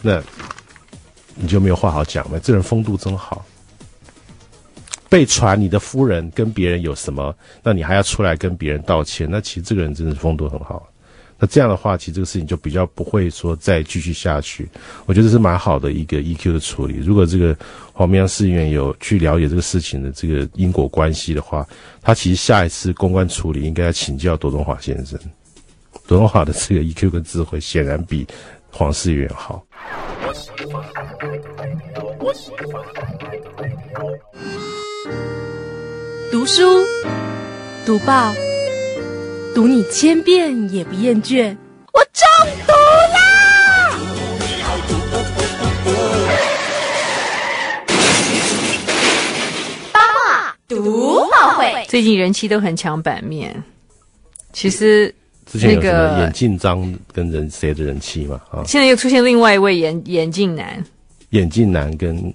Speaker 4: 那你就没有话好讲了。这人风度真好。被传你的夫人跟别人有什么，那你还要出来跟别人道歉，那其实这个人真的是风度很好。那这样的话，其实这个事情就比较不会说再继续下去。我觉得这是蛮好的一个 EQ 的处理。如果这个黄明阳市议员有去了解这个事情的这个因果关系的话，他其实下一次公关处理应该要请教左中华先生。左中华的这个 EQ 跟智慧显然比黄世元好。
Speaker 2: 读书，读报，读你千遍也不厌倦。我中毒啦！
Speaker 3: 读报会，
Speaker 5: 最近人气都很强，版面。其实
Speaker 4: 之前有什
Speaker 5: 那
Speaker 4: 么
Speaker 5: 个
Speaker 4: 眼镜章跟人谁的人气嘛？啊，
Speaker 5: 现在又出现另外一位眼眼镜男，
Speaker 4: 眼镜男跟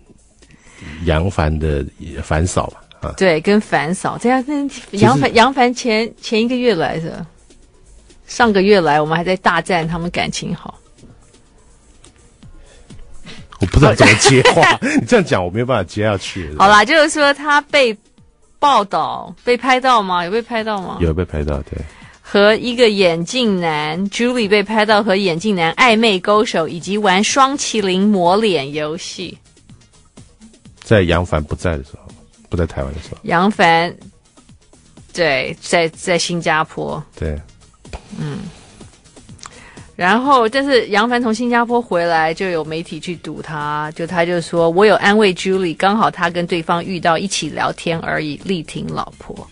Speaker 4: 杨凡的反嫂嘛，啊，
Speaker 5: 对，跟樊嫂，这样跟
Speaker 4: 实
Speaker 5: 杨凡杨凡前前一个月来的，上个月来我们还在大赞他们感情好。
Speaker 4: 我不知道怎么接话，你这样讲我没有办法接下去。
Speaker 5: 好，啦，就是说他被报道被拍到吗？有被拍到吗？
Speaker 4: 有被拍到，对，
Speaker 5: 和一个眼镜男 Julie 被拍到和眼镜男暧昧勾手，以及玩双麒麟抹脸游戏。
Speaker 4: 在杨凡不在的时候，不在台湾的时候，
Speaker 5: 杨凡对，在在新加坡，
Speaker 4: 对，
Speaker 5: 然后，但是杨凡从新加坡回来，就有媒体去堵他，就他就说：“我有安慰 Julie，刚好他跟对方遇到，一起聊天而已。”力挺老婆，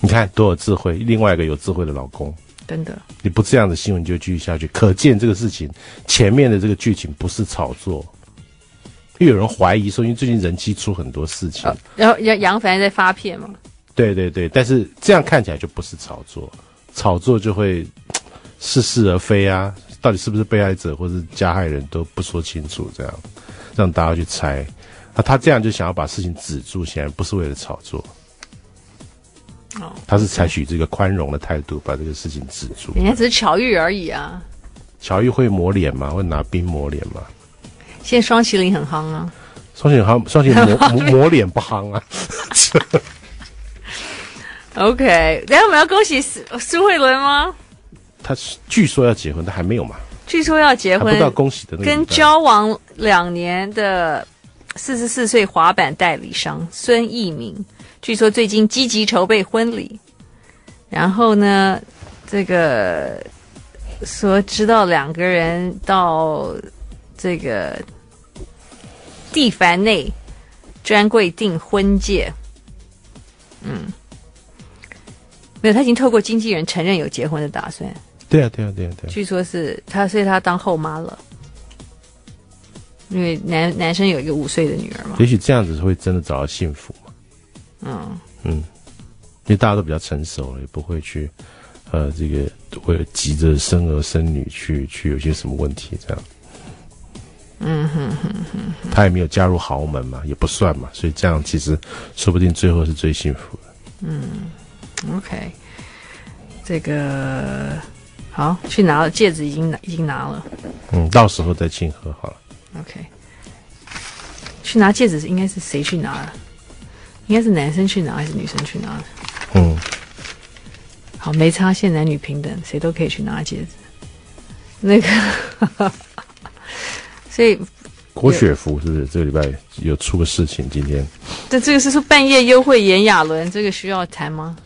Speaker 4: 你看多有智慧，另外一个有智慧的老公。
Speaker 5: 真的，
Speaker 4: 你不这样的新闻就继续下去，可见这个事情前面的这个剧情不是炒作，因为有人怀疑说，因为最近人气出很多事情，
Speaker 5: 然后杨杨凡在发片嘛，
Speaker 4: 对对对，但是这样看起来就不是炒作，炒作就会似是而非啊，到底是不是被害者或是加害人都不说清楚，这样让大家去猜。那他这样就想要把事情止住，显然不是为了炒作，
Speaker 5: 哦，
Speaker 4: 他是采取这个宽容的态度把这个事情止住。
Speaker 5: 人家只是巧遇而已啊。
Speaker 4: 乔玉会抹脸吗？会拿冰抹脸吗？
Speaker 5: 现在双麒麟很夯啊，
Speaker 4: 双喜行，双喜
Speaker 5: <laughs>
Speaker 4: 磨磨磨脸不行啊。
Speaker 5: OK，等一下我们要恭喜苏苏慧伦吗？
Speaker 4: 他据说要结婚，但还没有嘛，
Speaker 5: 据说要结
Speaker 4: 还不
Speaker 5: 婚，
Speaker 4: 到恭喜的那个
Speaker 5: 跟
Speaker 4: 年代
Speaker 5: 交往两年的四十四岁滑板代理商孙一鸣，据说最近积极筹备婚礼。然后呢，这个说知道两个人到这个蒂凡内专柜订婚戒，嗯，没有，他已经透过经纪人承认有结婚的打算。
Speaker 4: 对啊，对啊，对啊，对啊。
Speaker 5: 据说是她，所以她当后妈了，因为男男生有一个五岁的女儿嘛。
Speaker 4: 也许这样子会真的找到幸福嘛？
Speaker 5: 嗯，
Speaker 4: 嗯，因为大家都比较成熟了，也不会去呃这个为了急着生儿生女去去有些什么问题这样。嗯哼哼哼，他也没有加入豪门嘛，也不算嘛，所以这样其实说不定最后是最幸福的。
Speaker 5: OK，这个好去拿了戒指，已经拿已经拿了。
Speaker 4: 嗯，到时候再庆贺好了。
Speaker 5: OK，去拿戒指是应该是谁去拿的？应该是男生去拿还是女生去拿的？
Speaker 4: 嗯，
Speaker 5: 好，没差，现在男女平等，谁都可以去拿戒指。那个， <laughs> 所以
Speaker 4: 郭雪芙是不是这个礼拜有出个事情？今天
Speaker 5: 这这个是说半夜幽会炎亚纶，这个需要谈吗？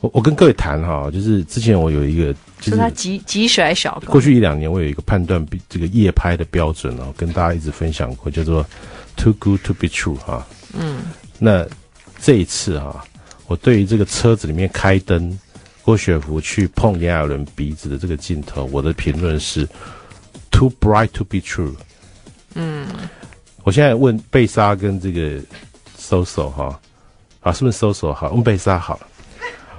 Speaker 4: 我我跟各位谈哈，就是之前我有一个就
Speaker 5: 说
Speaker 4: 是
Speaker 5: 他急急甩小狗
Speaker 4: 嗯过，去一两年，我有一个判断比这个夜拍的标准哦，跟大家一直分享过，叫做 “too good to be true” 哈、嗯，那这一次哈、我对于这个车子里面开灯，郭雪芙去碰炎亚纶鼻子的这个镜头，我的评论是 “too bright to be true”。嗯，我现在问贝莎跟这个 Soso 哈、啊，是不是 Soso 好？问贝莎好了。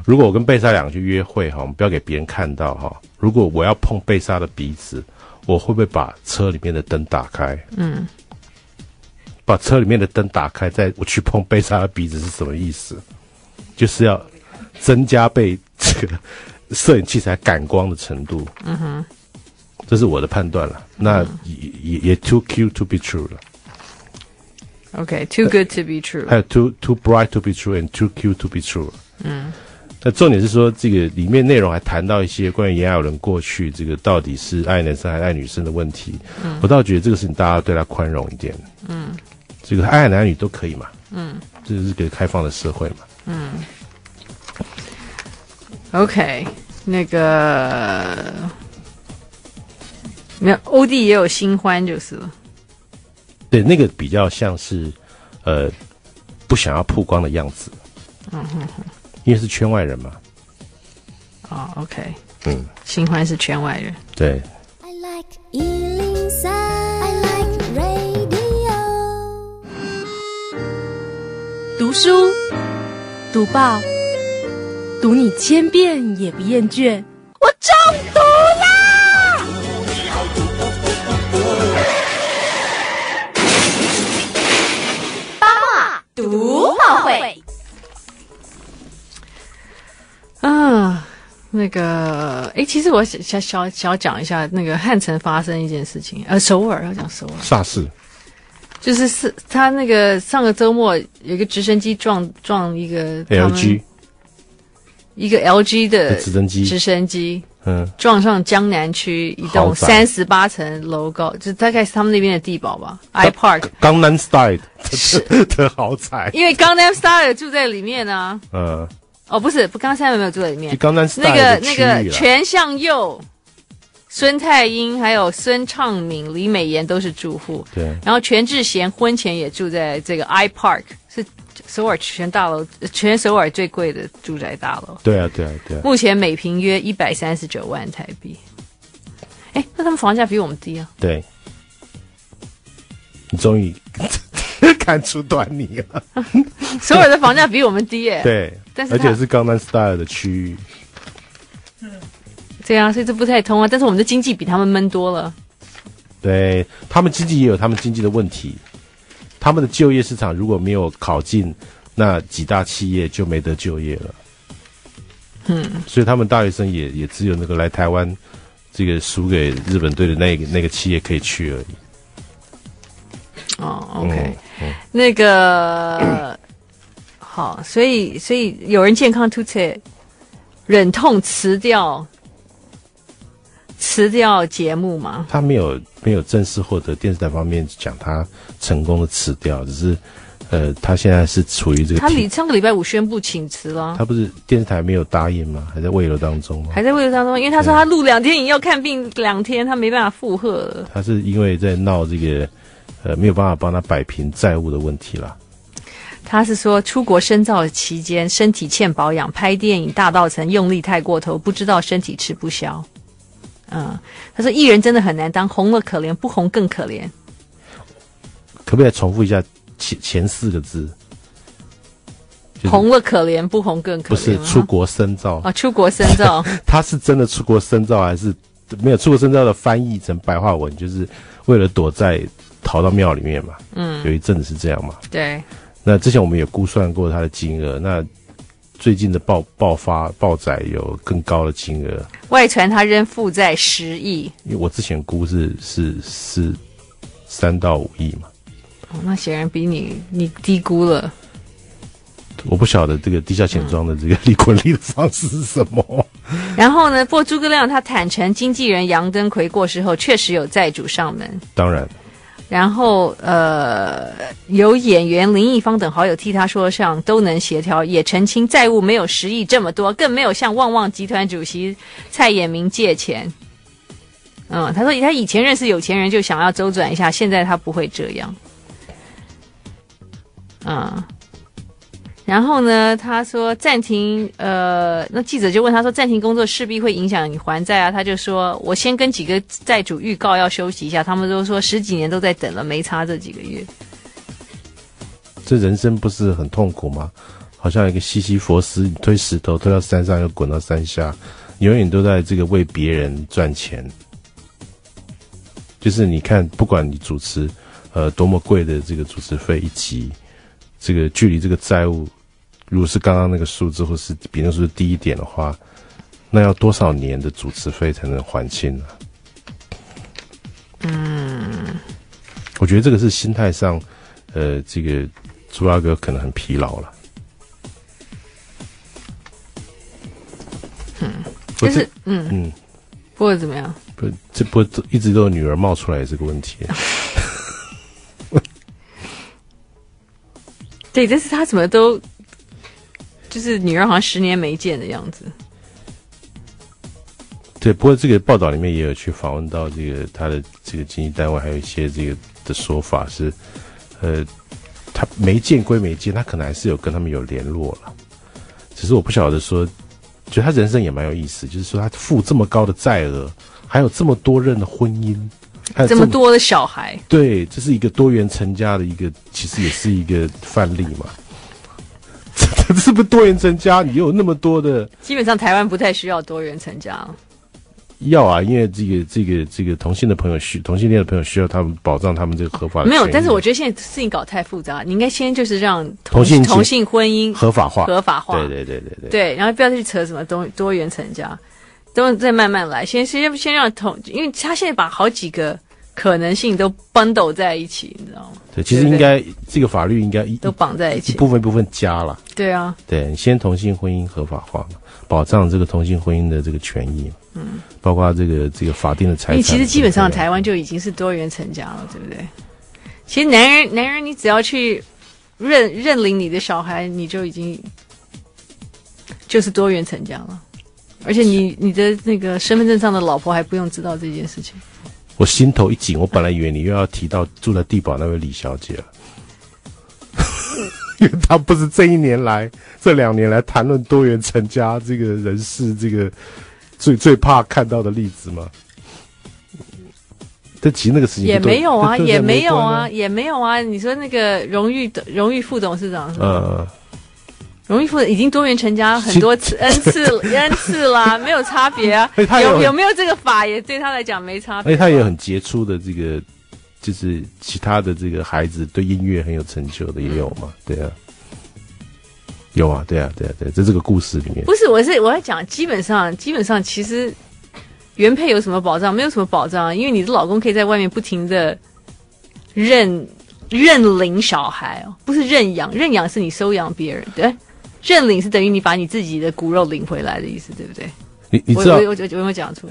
Speaker 4: 如果我跟贝莎两个去约会哈，我们不要给别人看到哈。如果我要碰贝莎的鼻子，我会不会把车里面的灯打开？嗯，把车里面的灯打开，再我去碰贝莎的鼻子是什么意思？就是要增加被这个摄影器材感光的程度。嗯哼，这是我的判断了。那也也也 too cute to be true 了，
Speaker 5: OK，too、good to be true
Speaker 4: 还。有 too too bright to be true and too cute to be true。那嗯重点是说，这个里面内容还谈到一些关于炎亚纶过去这个到底是爱男生还是爱女生的问题。我倒觉得这个事情大家对他宽容一点。嗯，这个爱男女都可以嘛。嗯，这是个开放的社会嘛。
Speaker 5: OK，那个没有欧弟也有新欢就是了。
Speaker 4: 对，那个比较像是呃不想要曝光的样子。嗯因为是圈外人嘛。
Speaker 5: 哦，OK、o k
Speaker 4: 嗯，
Speaker 5: 新欢是圈外人。
Speaker 4: 对。
Speaker 7: I like Ealing Sound. I like radio.
Speaker 2: 读书、读报，读你千遍也不厌倦。我中毒啦！
Speaker 3: 读报会，
Speaker 5: 啊，那个，诶，其实我想想想想讲一下那个汉城发生一件事情，呃，首尔要讲首尔，
Speaker 4: 煞是，
Speaker 5: 就是是他那个上个周末有一个直升机撞撞一个他们
Speaker 4: LG
Speaker 5: 一个 LG 的
Speaker 4: 的直升机
Speaker 5: 直升机，
Speaker 4: 嗯，
Speaker 5: 撞上江南区一栋
Speaker 4: 豪宅
Speaker 5: 三十八层楼高，就大概是他们那边的地堡吧
Speaker 4: 那
Speaker 5: ，i park。
Speaker 4: 江南 style 的的豪宅，
Speaker 5: 因为 Gangnam Style 也住在里面啊，
Speaker 4: 嗯，
Speaker 5: 哦，不是，不，刚才没有住在里面
Speaker 4: 就。江南
Speaker 5: 那个
Speaker 4: style 的
Speaker 5: 那
Speaker 4: 区
Speaker 5: 个
Speaker 4: 域啦。
Speaker 5: 全向佑、孙太英还有孙畅敏、李美妍都是住户。
Speaker 4: 对。
Speaker 5: 然后全智贤婚前也住在这个 i park，是首尔全大楼全首尔最贵的住宅大楼。
Speaker 4: 对啊，对啊，对啊。
Speaker 5: 目前每平约一百三十九万台币。哎，那他们房价比我们
Speaker 4: <laughs>
Speaker 5: 低啊？
Speaker 4: 对，你终于 <laughs> 看出端倪了。
Speaker 5: 首尔的房价比我们低耶、，
Speaker 4: 对，
Speaker 5: 但是
Speaker 4: 而
Speaker 5: 它
Speaker 4: 且是江南 style 的区域，
Speaker 5: 对啊，所以这不太通啊。但是我们的经济比他们闷多了。
Speaker 4: 对他们经济也有他们经济的问题，他们的就业市场如果没有考进那几大企业，就没得就业了。嗯，所以他们大学生也也只有那个来台湾，这个输给日本队的那个那个企业可以去而已。
Speaker 5: 哦，OK，、
Speaker 4: 嗯
Speaker 5: 那个 <coughs> 好，所以所以有人健康突切，忍痛辞掉辞掉节目嘛？
Speaker 4: 他没有没有正式获得电视台方面讲他成功的辞掉，只是呃，他现在是处于这个
Speaker 5: 他
Speaker 4: 体
Speaker 5: 礼上个礼拜五宣布请辞了
Speaker 4: 他。不是电视台没有答应吗？还在慰劳当中吗？
Speaker 5: 还在位置当中，因为他说他录两天，也要看病两天，他没办法负荷了。
Speaker 4: 他是因为在闹这个呃没有办法帮他摆平债务的问题啦。
Speaker 5: 他是说出国深造的期间，身体欠保养，拍电影大道城用力太过头，不知道身体吃不消。嗯，他说艺人真的很难当，红了可怜，不红更可怜。
Speaker 4: 可不可以再重复一下前前四个字？就是
Speaker 5: 红了可怜，不红更可啊
Speaker 4: 不
Speaker 5: 怜
Speaker 4: 是
Speaker 5: 吗。
Speaker 4: 出国深造，
Speaker 5: 啊，出国深
Speaker 4: <laughs>
Speaker 5: 造，
Speaker 4: 他是真的出国深造还是没有出国深造的翻译成白话文，就是为了躲债逃到庙里面嘛？嗯，有一阵子是这样嘛。
Speaker 5: 对，
Speaker 4: 那之前我们也估算过他的金额，那最近的爆爆发爆载有更高的金额，
Speaker 5: 外传他仍负债十亿，
Speaker 4: 因为我之前估是是是三到五亿嘛，
Speaker 5: 哦那显然比你你低估了。
Speaker 4: 我不晓得这个地下钱庄的这个 <laughs> 利滚利的方式是什么。 <laughs>
Speaker 5: 然后呢，不过诸葛亮他坦诚，经纪人杨登魁过世后，确实有债主上门。
Speaker 4: 当然，
Speaker 5: 然后呃，有演员林奕芳等好友替他说上，都能协调，也澄清债务没有十亿这么多，更没有向旺旺集团主席蔡衍明借钱。嗯，他说他以前认识有钱人就想要周转一下，现在他不会这样。嗯，然后呢，他说暂停，呃，那记者就问他说暂停工作势必会影响你还债啊，他就说我先跟几个债主预告要休息一下，他们都说十几年都在等了，没差这几个月。
Speaker 4: 这人生不是很痛苦吗？好像一个西西佛斯，你推石头推到山上，又滚到山下，你永远都在这个为别人赚钱。就是你看，不管你主持，呃，多么贵的这个主持费一集，这个距离这个债务，如果是刚刚那个数字，或是比那数字低一点的话，那要多少年的主持费才能还清呢、嗯，
Speaker 5: 嗯
Speaker 4: 我觉得这个是心态上，呃，这个朱大哥可能很疲劳了。嗯，
Speaker 5: 就是嗯
Speaker 4: 嗯，
Speaker 5: 不过怎么样？
Speaker 4: 不，这不一直都有女儿冒出来这个问题。
Speaker 5: 对，但是他怎么都就是女儿好像十年没见的样子。
Speaker 4: 对，不过这个报道里面也有去访问到这个他的这个经济单位，还有一些这个的说法是，呃，他没见归没见，他可能还是有跟他们有联络了，只是我不晓得说，觉得他人生也蛮有意思，就是说他负这么高的债额，还有这么多任的婚姻，还有
Speaker 5: 这么多的小孩，
Speaker 4: 对，这是一个多元成家的一个，其实也是一个范例嘛。 <laughs> 这这是不是多元成家？你又有那么多的
Speaker 5: 基本上台湾不太需要多元成家了。
Speaker 4: 要啊，因为这个这个这个同性的朋友需同性恋的朋友需要他们保障他们这个合法的
Speaker 5: 没有，
Speaker 4: 权益
Speaker 5: 但是我觉得现在事情搞太复杂，你应该先就是让
Speaker 4: 同性
Speaker 5: 同性婚姻
Speaker 4: 合法化，
Speaker 5: 合法化
Speaker 4: 对对对对对，
Speaker 5: 对，然后不要再去扯什么多多元成家，都再慢慢来，先先先让同，因为他现在把好几个可能性都 bundle 在一起，你知道吗？
Speaker 4: 对其实应该这个法律应该一
Speaker 5: 都绑在一
Speaker 4: 一
Speaker 5: 起。
Speaker 4: 部分一部分加了，
Speaker 5: 对啊，
Speaker 4: 对，你先同性婚姻合法化嘛，保障这个同性婚姻的这个权益嘛，嗯，包括这个这个法定的财
Speaker 5: 因
Speaker 4: 产，
Speaker 5: 为其实基本上
Speaker 4: 对
Speaker 5: 台湾就已经是多元成家了，对不对？其实男人男人你只要去认认领你的小孩，你就已经就是多元成家了。而且你你的那个身份证上的老婆还不用知道这件事情，
Speaker 4: 我心头一紧，我本来以为你又要提到住在地堡那位李小姐了， <laughs> 因为她不是这一年来、这两年来谈论多元成家这个人士这个最最怕看到的例子吗？但其实那个事情
Speaker 5: 也
Speaker 4: 跟多
Speaker 5: 没有啊，
Speaker 4: 跟多
Speaker 5: 也
Speaker 4: 元
Speaker 5: 没有
Speaker 4: 关
Speaker 5: 啊，。也没有啊。你说那个荣誉董荣誉副董事长，
Speaker 4: 呃，
Speaker 5: 荣誉副已经多元成家很多
Speaker 4: <laughs>
Speaker 5: 次 n 次 n 次啦，没有差别啊。
Speaker 4: 哎他有哎
Speaker 5: 有有没有这个法也对他来讲没差
Speaker 4: 而且
Speaker 5: 别。
Speaker 4: 她也有很杰出的这个，就是其他的这个孩子对音乐很有成就的也有嘛，对啊，有啊，对啊，对啊，对啊在这个故事里面，
Speaker 5: 不是，我是我要讲，基本上基本上其实原配有什么保障？没有什么保障啊，因为你的老公可以在外面不停的认认领小孩哦，不是认养，认养是你收养别人，对，认领是等于你把你自己的骨肉领回来的意思，对不对？
Speaker 4: 你你
Speaker 5: 我
Speaker 4: 知道
Speaker 5: 我我我有没有讲错？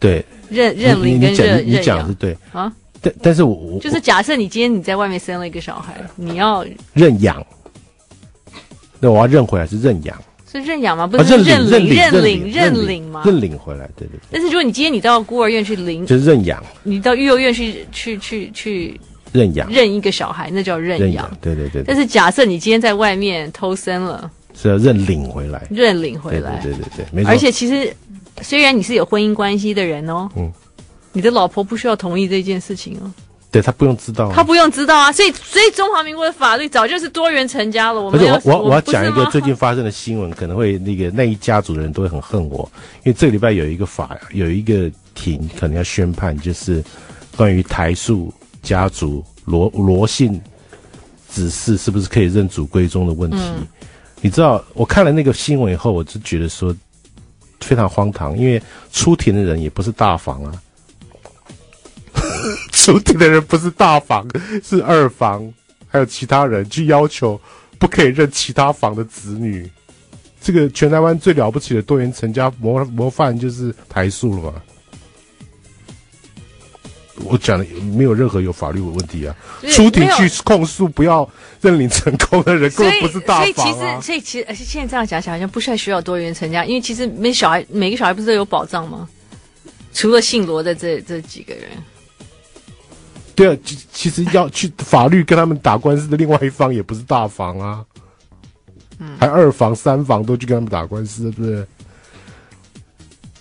Speaker 4: 对，
Speaker 5: 认
Speaker 4: 你
Speaker 5: 认
Speaker 4: 你
Speaker 5: 领跟
Speaker 4: 你讲
Speaker 5: 认
Speaker 4: 你你
Speaker 5: 认
Speaker 4: 讲的
Speaker 5: 养
Speaker 4: 是对，
Speaker 5: 啊，
Speaker 4: 但但是我我
Speaker 5: 就是假设你今天你在外面生了一个小孩，你要
Speaker 4: 我认养，那我要认回来是认养，
Speaker 5: 是认养吗？不
Speaker 4: 啊
Speaker 5: 是
Speaker 4: 领
Speaker 5: 认
Speaker 4: 认
Speaker 5: 领认
Speaker 4: 领
Speaker 5: 认领
Speaker 4: 领
Speaker 5: 吗？
Speaker 4: 认领回来，对对对，
Speaker 5: 但是如果你今天你到孤儿院去领，
Speaker 4: 就是认养
Speaker 5: 你到育幼院去去去去
Speaker 4: 认养
Speaker 5: 认一个小孩，那叫认
Speaker 4: 认
Speaker 5: 养。，
Speaker 4: 对对对，对
Speaker 5: 但是假设你今天在外面偷生了，
Speaker 4: 是要认领回来，
Speaker 5: 认领回
Speaker 4: 对
Speaker 5: 来，
Speaker 4: 对对对对，没错，
Speaker 5: 而且其实虽然你是有婚姻关系的人哦，
Speaker 4: 嗯
Speaker 5: 你的老婆不需要同意这件事情哦，
Speaker 4: 对他不用知道啊，
Speaker 5: 她不用知道啊。所以所以中华民国的法律早就是多元成家了，我
Speaker 4: 可
Speaker 5: 们
Speaker 4: 是
Speaker 5: 要
Speaker 4: 我我我要
Speaker 5: 不
Speaker 4: 讲一
Speaker 5: 是
Speaker 4: 个
Speaker 5: 吗
Speaker 4: 最近发生的新闻，可能会那个那一家族的人都会很恨我，因为这个礼拜有一个法有一个庭可能要宣判，就是关于台塑家族罗罗姓子嗣是不是可以认祖归宗的问题。
Speaker 5: 嗯
Speaker 4: 你知道，我看了那个新闻以后，我就觉得说非常荒唐，因为出庭的人也不是大房啊， <laughs> 出庭的人不是大房，是二房，还有其他人去要求不可以认其他房的子女。这个全台湾最了不起的多元成家模模范就是台塑了嘛？我讲的没有任何有法律问题啊，
Speaker 5: 就是
Speaker 4: 出庭
Speaker 5: 没有
Speaker 4: 去控诉不要认领成功的人根
Speaker 5: 所以
Speaker 4: 本不是大
Speaker 5: 所以
Speaker 4: 房
Speaker 5: 其
Speaker 4: 啊
Speaker 5: 实，。所以其实现在这样讲起来，好像不需要需要多元成家，因为其实每小孩每个小孩不是都有保障吗？除了姓罗的这这几个人，
Speaker 4: 对啊，其其实要去法律跟他们打官司的另外一方也不是大房啊，
Speaker 5: 嗯
Speaker 4: 还二房、三房都去跟他们打官司，对不对？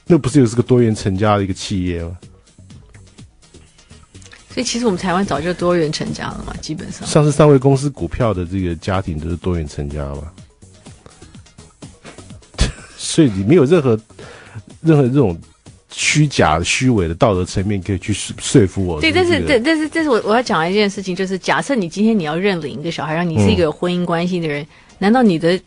Speaker 4: 那不是也是个多元成家的一个企业吗？
Speaker 5: 所以其实我们台湾早就多元成家了嘛，基本上。
Speaker 4: 上市上位公司股票的这个家庭都是多元成家嘛， <laughs> 所以你没有任何任何这种虚假、虚伪的道德层面可以去说说服我。
Speaker 5: 对，
Speaker 4: 说
Speaker 5: 但
Speaker 4: 这
Speaker 5: 是
Speaker 4: 个
Speaker 5: 但但是但是我我要讲一件事情，就是假设你今天你要认领一个小孩，让你是一个有婚姻关系的人，难道你的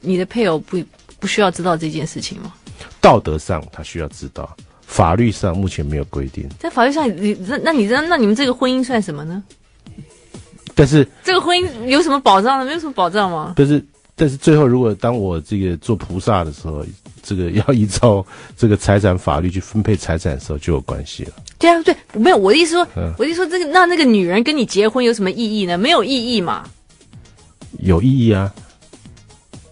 Speaker 5: 你的配偶不不需要知道这件事情吗？
Speaker 4: 道德上他需要知道，法律上目前没有规定，
Speaker 5: 在法律上，你那那你那那你们这个婚姻算什么呢？
Speaker 4: 但是
Speaker 5: 这个婚姻有什么保障呢？没有什么保障吗？
Speaker 4: 但是但是最后，如果当我这个做菩萨的时候，这个要依照这个财产法律去分配财产的时候就有关系了。
Speaker 5: 对啊，对，没有我的意思说，
Speaker 4: 嗯
Speaker 5: 我的意思说，这个那那个女人跟你结婚有什么意义呢？没有意义嘛。
Speaker 4: 有意义啊。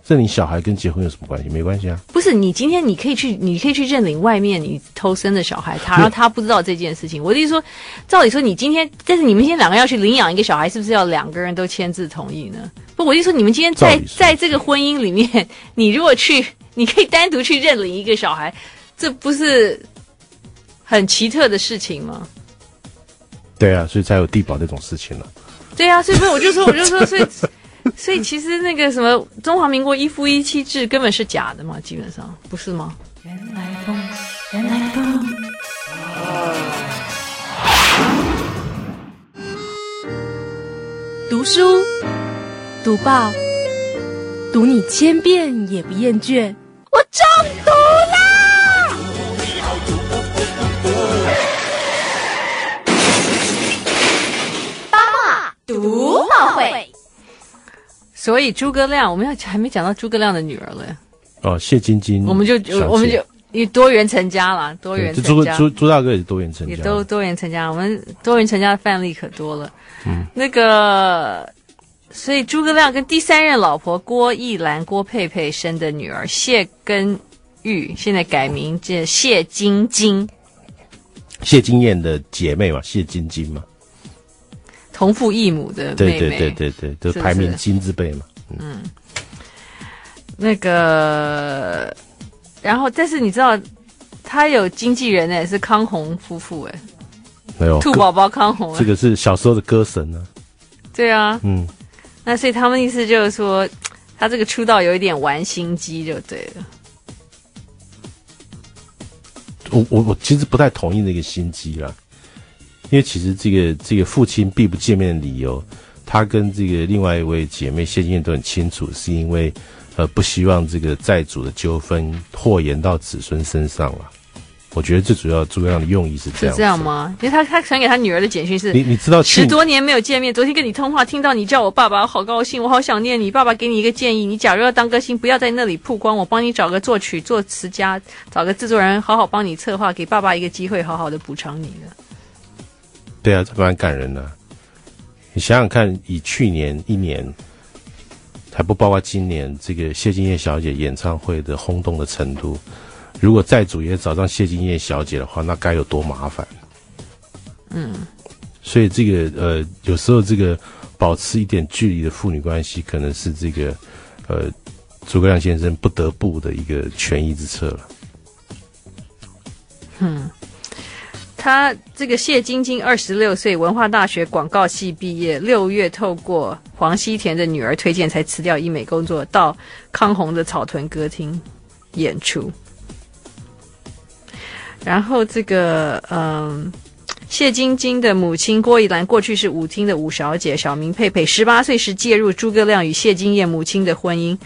Speaker 4: 这你小孩跟结婚有什么关系？没关系啊。
Speaker 5: 不是你今天你可以去，你可以去认领外面你偷生的小孩，他然后他不知道这件事情。我的意思说，照理说你今天，但是你们现在两个要去领养一个小孩，是不是要两个人都签字同意呢？不，我的意思说，你们今天在
Speaker 4: 照理说
Speaker 5: 在这个婚姻里面，你如果去，你可以单独去认领一个小孩，这不是很奇特的事情吗？
Speaker 4: 对啊，所以才有地保这种事情了。
Speaker 5: 对啊，所以所以我就说，我就说，所以所以其实那个什么中华民国一夫一妻制根本是假的嘛，基本上不是吗？
Speaker 1: 原来风，原来风。
Speaker 2: 读书、读报，读你千遍也不厌倦。我中毒啦！
Speaker 3: 读报会。
Speaker 5: 所以诸葛亮，我们要还没讲到诸葛亮的女儿嘞，
Speaker 4: 哦，谢晶晶，
Speaker 5: 我们就
Speaker 4: 想起
Speaker 5: 我们就以多元成家啦，多
Speaker 4: 对
Speaker 5: 元
Speaker 4: 这
Speaker 5: 成
Speaker 4: 朱
Speaker 5: 家
Speaker 4: 朱朱大哥也是多元成家，
Speaker 5: 也都多元成家，我们多元成家的范例可多了。嗯，那个，所以诸葛亮跟第三任老婆郭义兰、郭佩佩生的女儿谢根玉，现在改名叫谢晶晶，
Speaker 4: 谢金燕的姐妹嘛，谢晶晶嘛，
Speaker 5: 同父异母的妹
Speaker 4: 对
Speaker 5: 妹。
Speaker 4: 对对对对，就是排名金字辈嘛。
Speaker 5: 那个，然后但是你知道，他有经纪人呢，是康弘夫妇哎。
Speaker 4: 没有，
Speaker 5: 兔
Speaker 4: 歌
Speaker 5: 宝宝康红、
Speaker 4: 这个是小时候的歌神呢。
Speaker 5: 对啊，
Speaker 4: 嗯，
Speaker 5: 那所以他们意思就是说，他这个出道有一点玩心机就对了。
Speaker 4: 我我我其实不太同意那个心机啦，因为其实这个这个父亲避不见面的理由，他跟这个另外一位姐妹谢金燕都很清楚，是因为呃不希望这个债主的纠纷祸延到子孙身上了。我觉得最主要诸葛亮的用意是这
Speaker 5: 是
Speaker 4: 样，
Speaker 5: 这样？吗？因为他他传给他女儿的简讯是
Speaker 4: 你你知道
Speaker 5: 十
Speaker 4: 庆
Speaker 5: 多年没有见面，昨天跟你通话，听到你叫我爸爸，我好高兴，我好想念你。爸爸给你一个建议，你假如要当歌星，不要在那里曝光，我帮你找个作曲、作词家，找个制作人，好好帮你策划，给爸爸一个机会，好好的补偿你的。
Speaker 4: 对啊，这蛮感人的。你想想看，以去年一年，还不包括今年这个谢金燕小姐演唱会的轰动的程度，如果债主也找上谢金燕小姐的话，那该有多麻烦？嗯，所以这个呃，有时候这个保持一点距离的父女关系，可能是这个呃诸葛亮先生不得不的一个权宜之策了。
Speaker 5: 他这个谢晶晶二十六岁，文化大学广告系毕业，六月透过黄西田的女儿推荐才辞掉医美工作，到康宏的草屯歌厅演出。然后这个嗯，谢晶晶的母亲郭以兰过去是舞厅的五小姐，小名佩佩，十八岁时介入诸葛亮与谢金燕母亲的婚姻。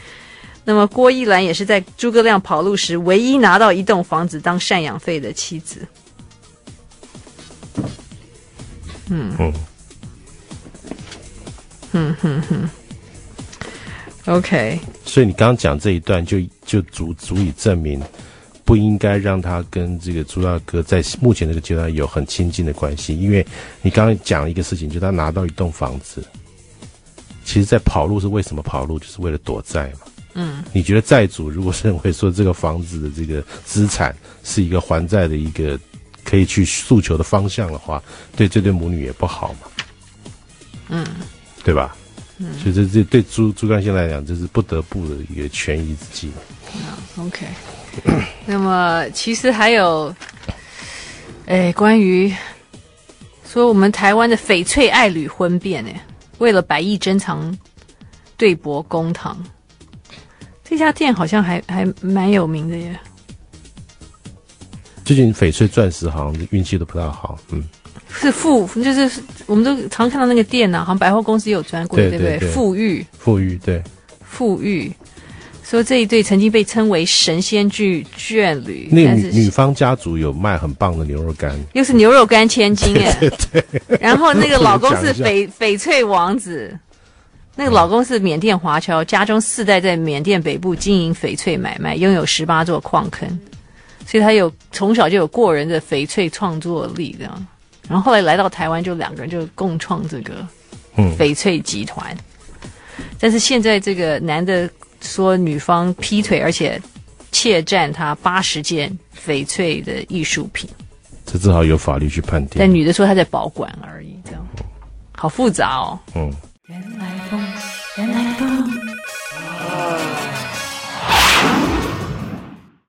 Speaker 5: 那么郭一兰也是在诸葛亮跑路时，唯一拿到一栋房子当赡养费的妻子。
Speaker 4: 嗯，
Speaker 5: OK，
Speaker 4: 所以你刚刚讲这一段就，就足足以证明，不应该让他跟这个朱大哥在目前这个阶段有很亲近的关系，因为你刚刚讲一个事情，就是他拿到一栋房子，其实在跑路是为什么跑路，就是为了躲债嘛。嗯，你觉得债主如果认为说这个房子的这个资产是一个还债的一个可以去诉求的方向的话，对这对母女也不好嘛。嗯，对吧？所以这这对朱朱干先来讲，这是不得不的一个权宜之计。
Speaker 5: OK，那么其实还有，哎，关于说我们台湾的翡翠爱侣婚变，哎，为了百亿珍藏对簿公堂，这家店好像还还蛮有名的耶。
Speaker 4: 最近翡翠钻石好像运气都不大好，嗯，
Speaker 5: 是富，就是我们都常看到那个店啊呐、好像百货公司也有专柜，
Speaker 4: 对
Speaker 5: 不
Speaker 4: 对对
Speaker 5: 富裕，
Speaker 4: 富裕对，
Speaker 5: 富裕，说这一对曾经被称为神仙剧眷侣，
Speaker 4: 那个
Speaker 5: 但
Speaker 4: 女
Speaker 5: 是
Speaker 4: 女方家族有卖很棒的牛肉干，
Speaker 5: 又是牛肉干千金哎，然后那个老公是
Speaker 4: 我
Speaker 5: 翡翡翠王子，那个老公是缅甸华侨，家中世代在缅甸北部经营翡翠买卖，拥有十八座矿坑，所以他有从小就有过人的翡翠创作力这样。然后后来来到台湾，就两个人就共创这个
Speaker 4: 嗯
Speaker 5: 翡翠集团。但是现在这个男的说女方劈腿，而且窃占他八十件翡翠的艺术品。
Speaker 4: 这至好有法律去判
Speaker 5: 但
Speaker 4: 定。
Speaker 5: 女的说她在保管而已，这样好复杂哦。
Speaker 4: 嗯，
Speaker 1: 原来风，原来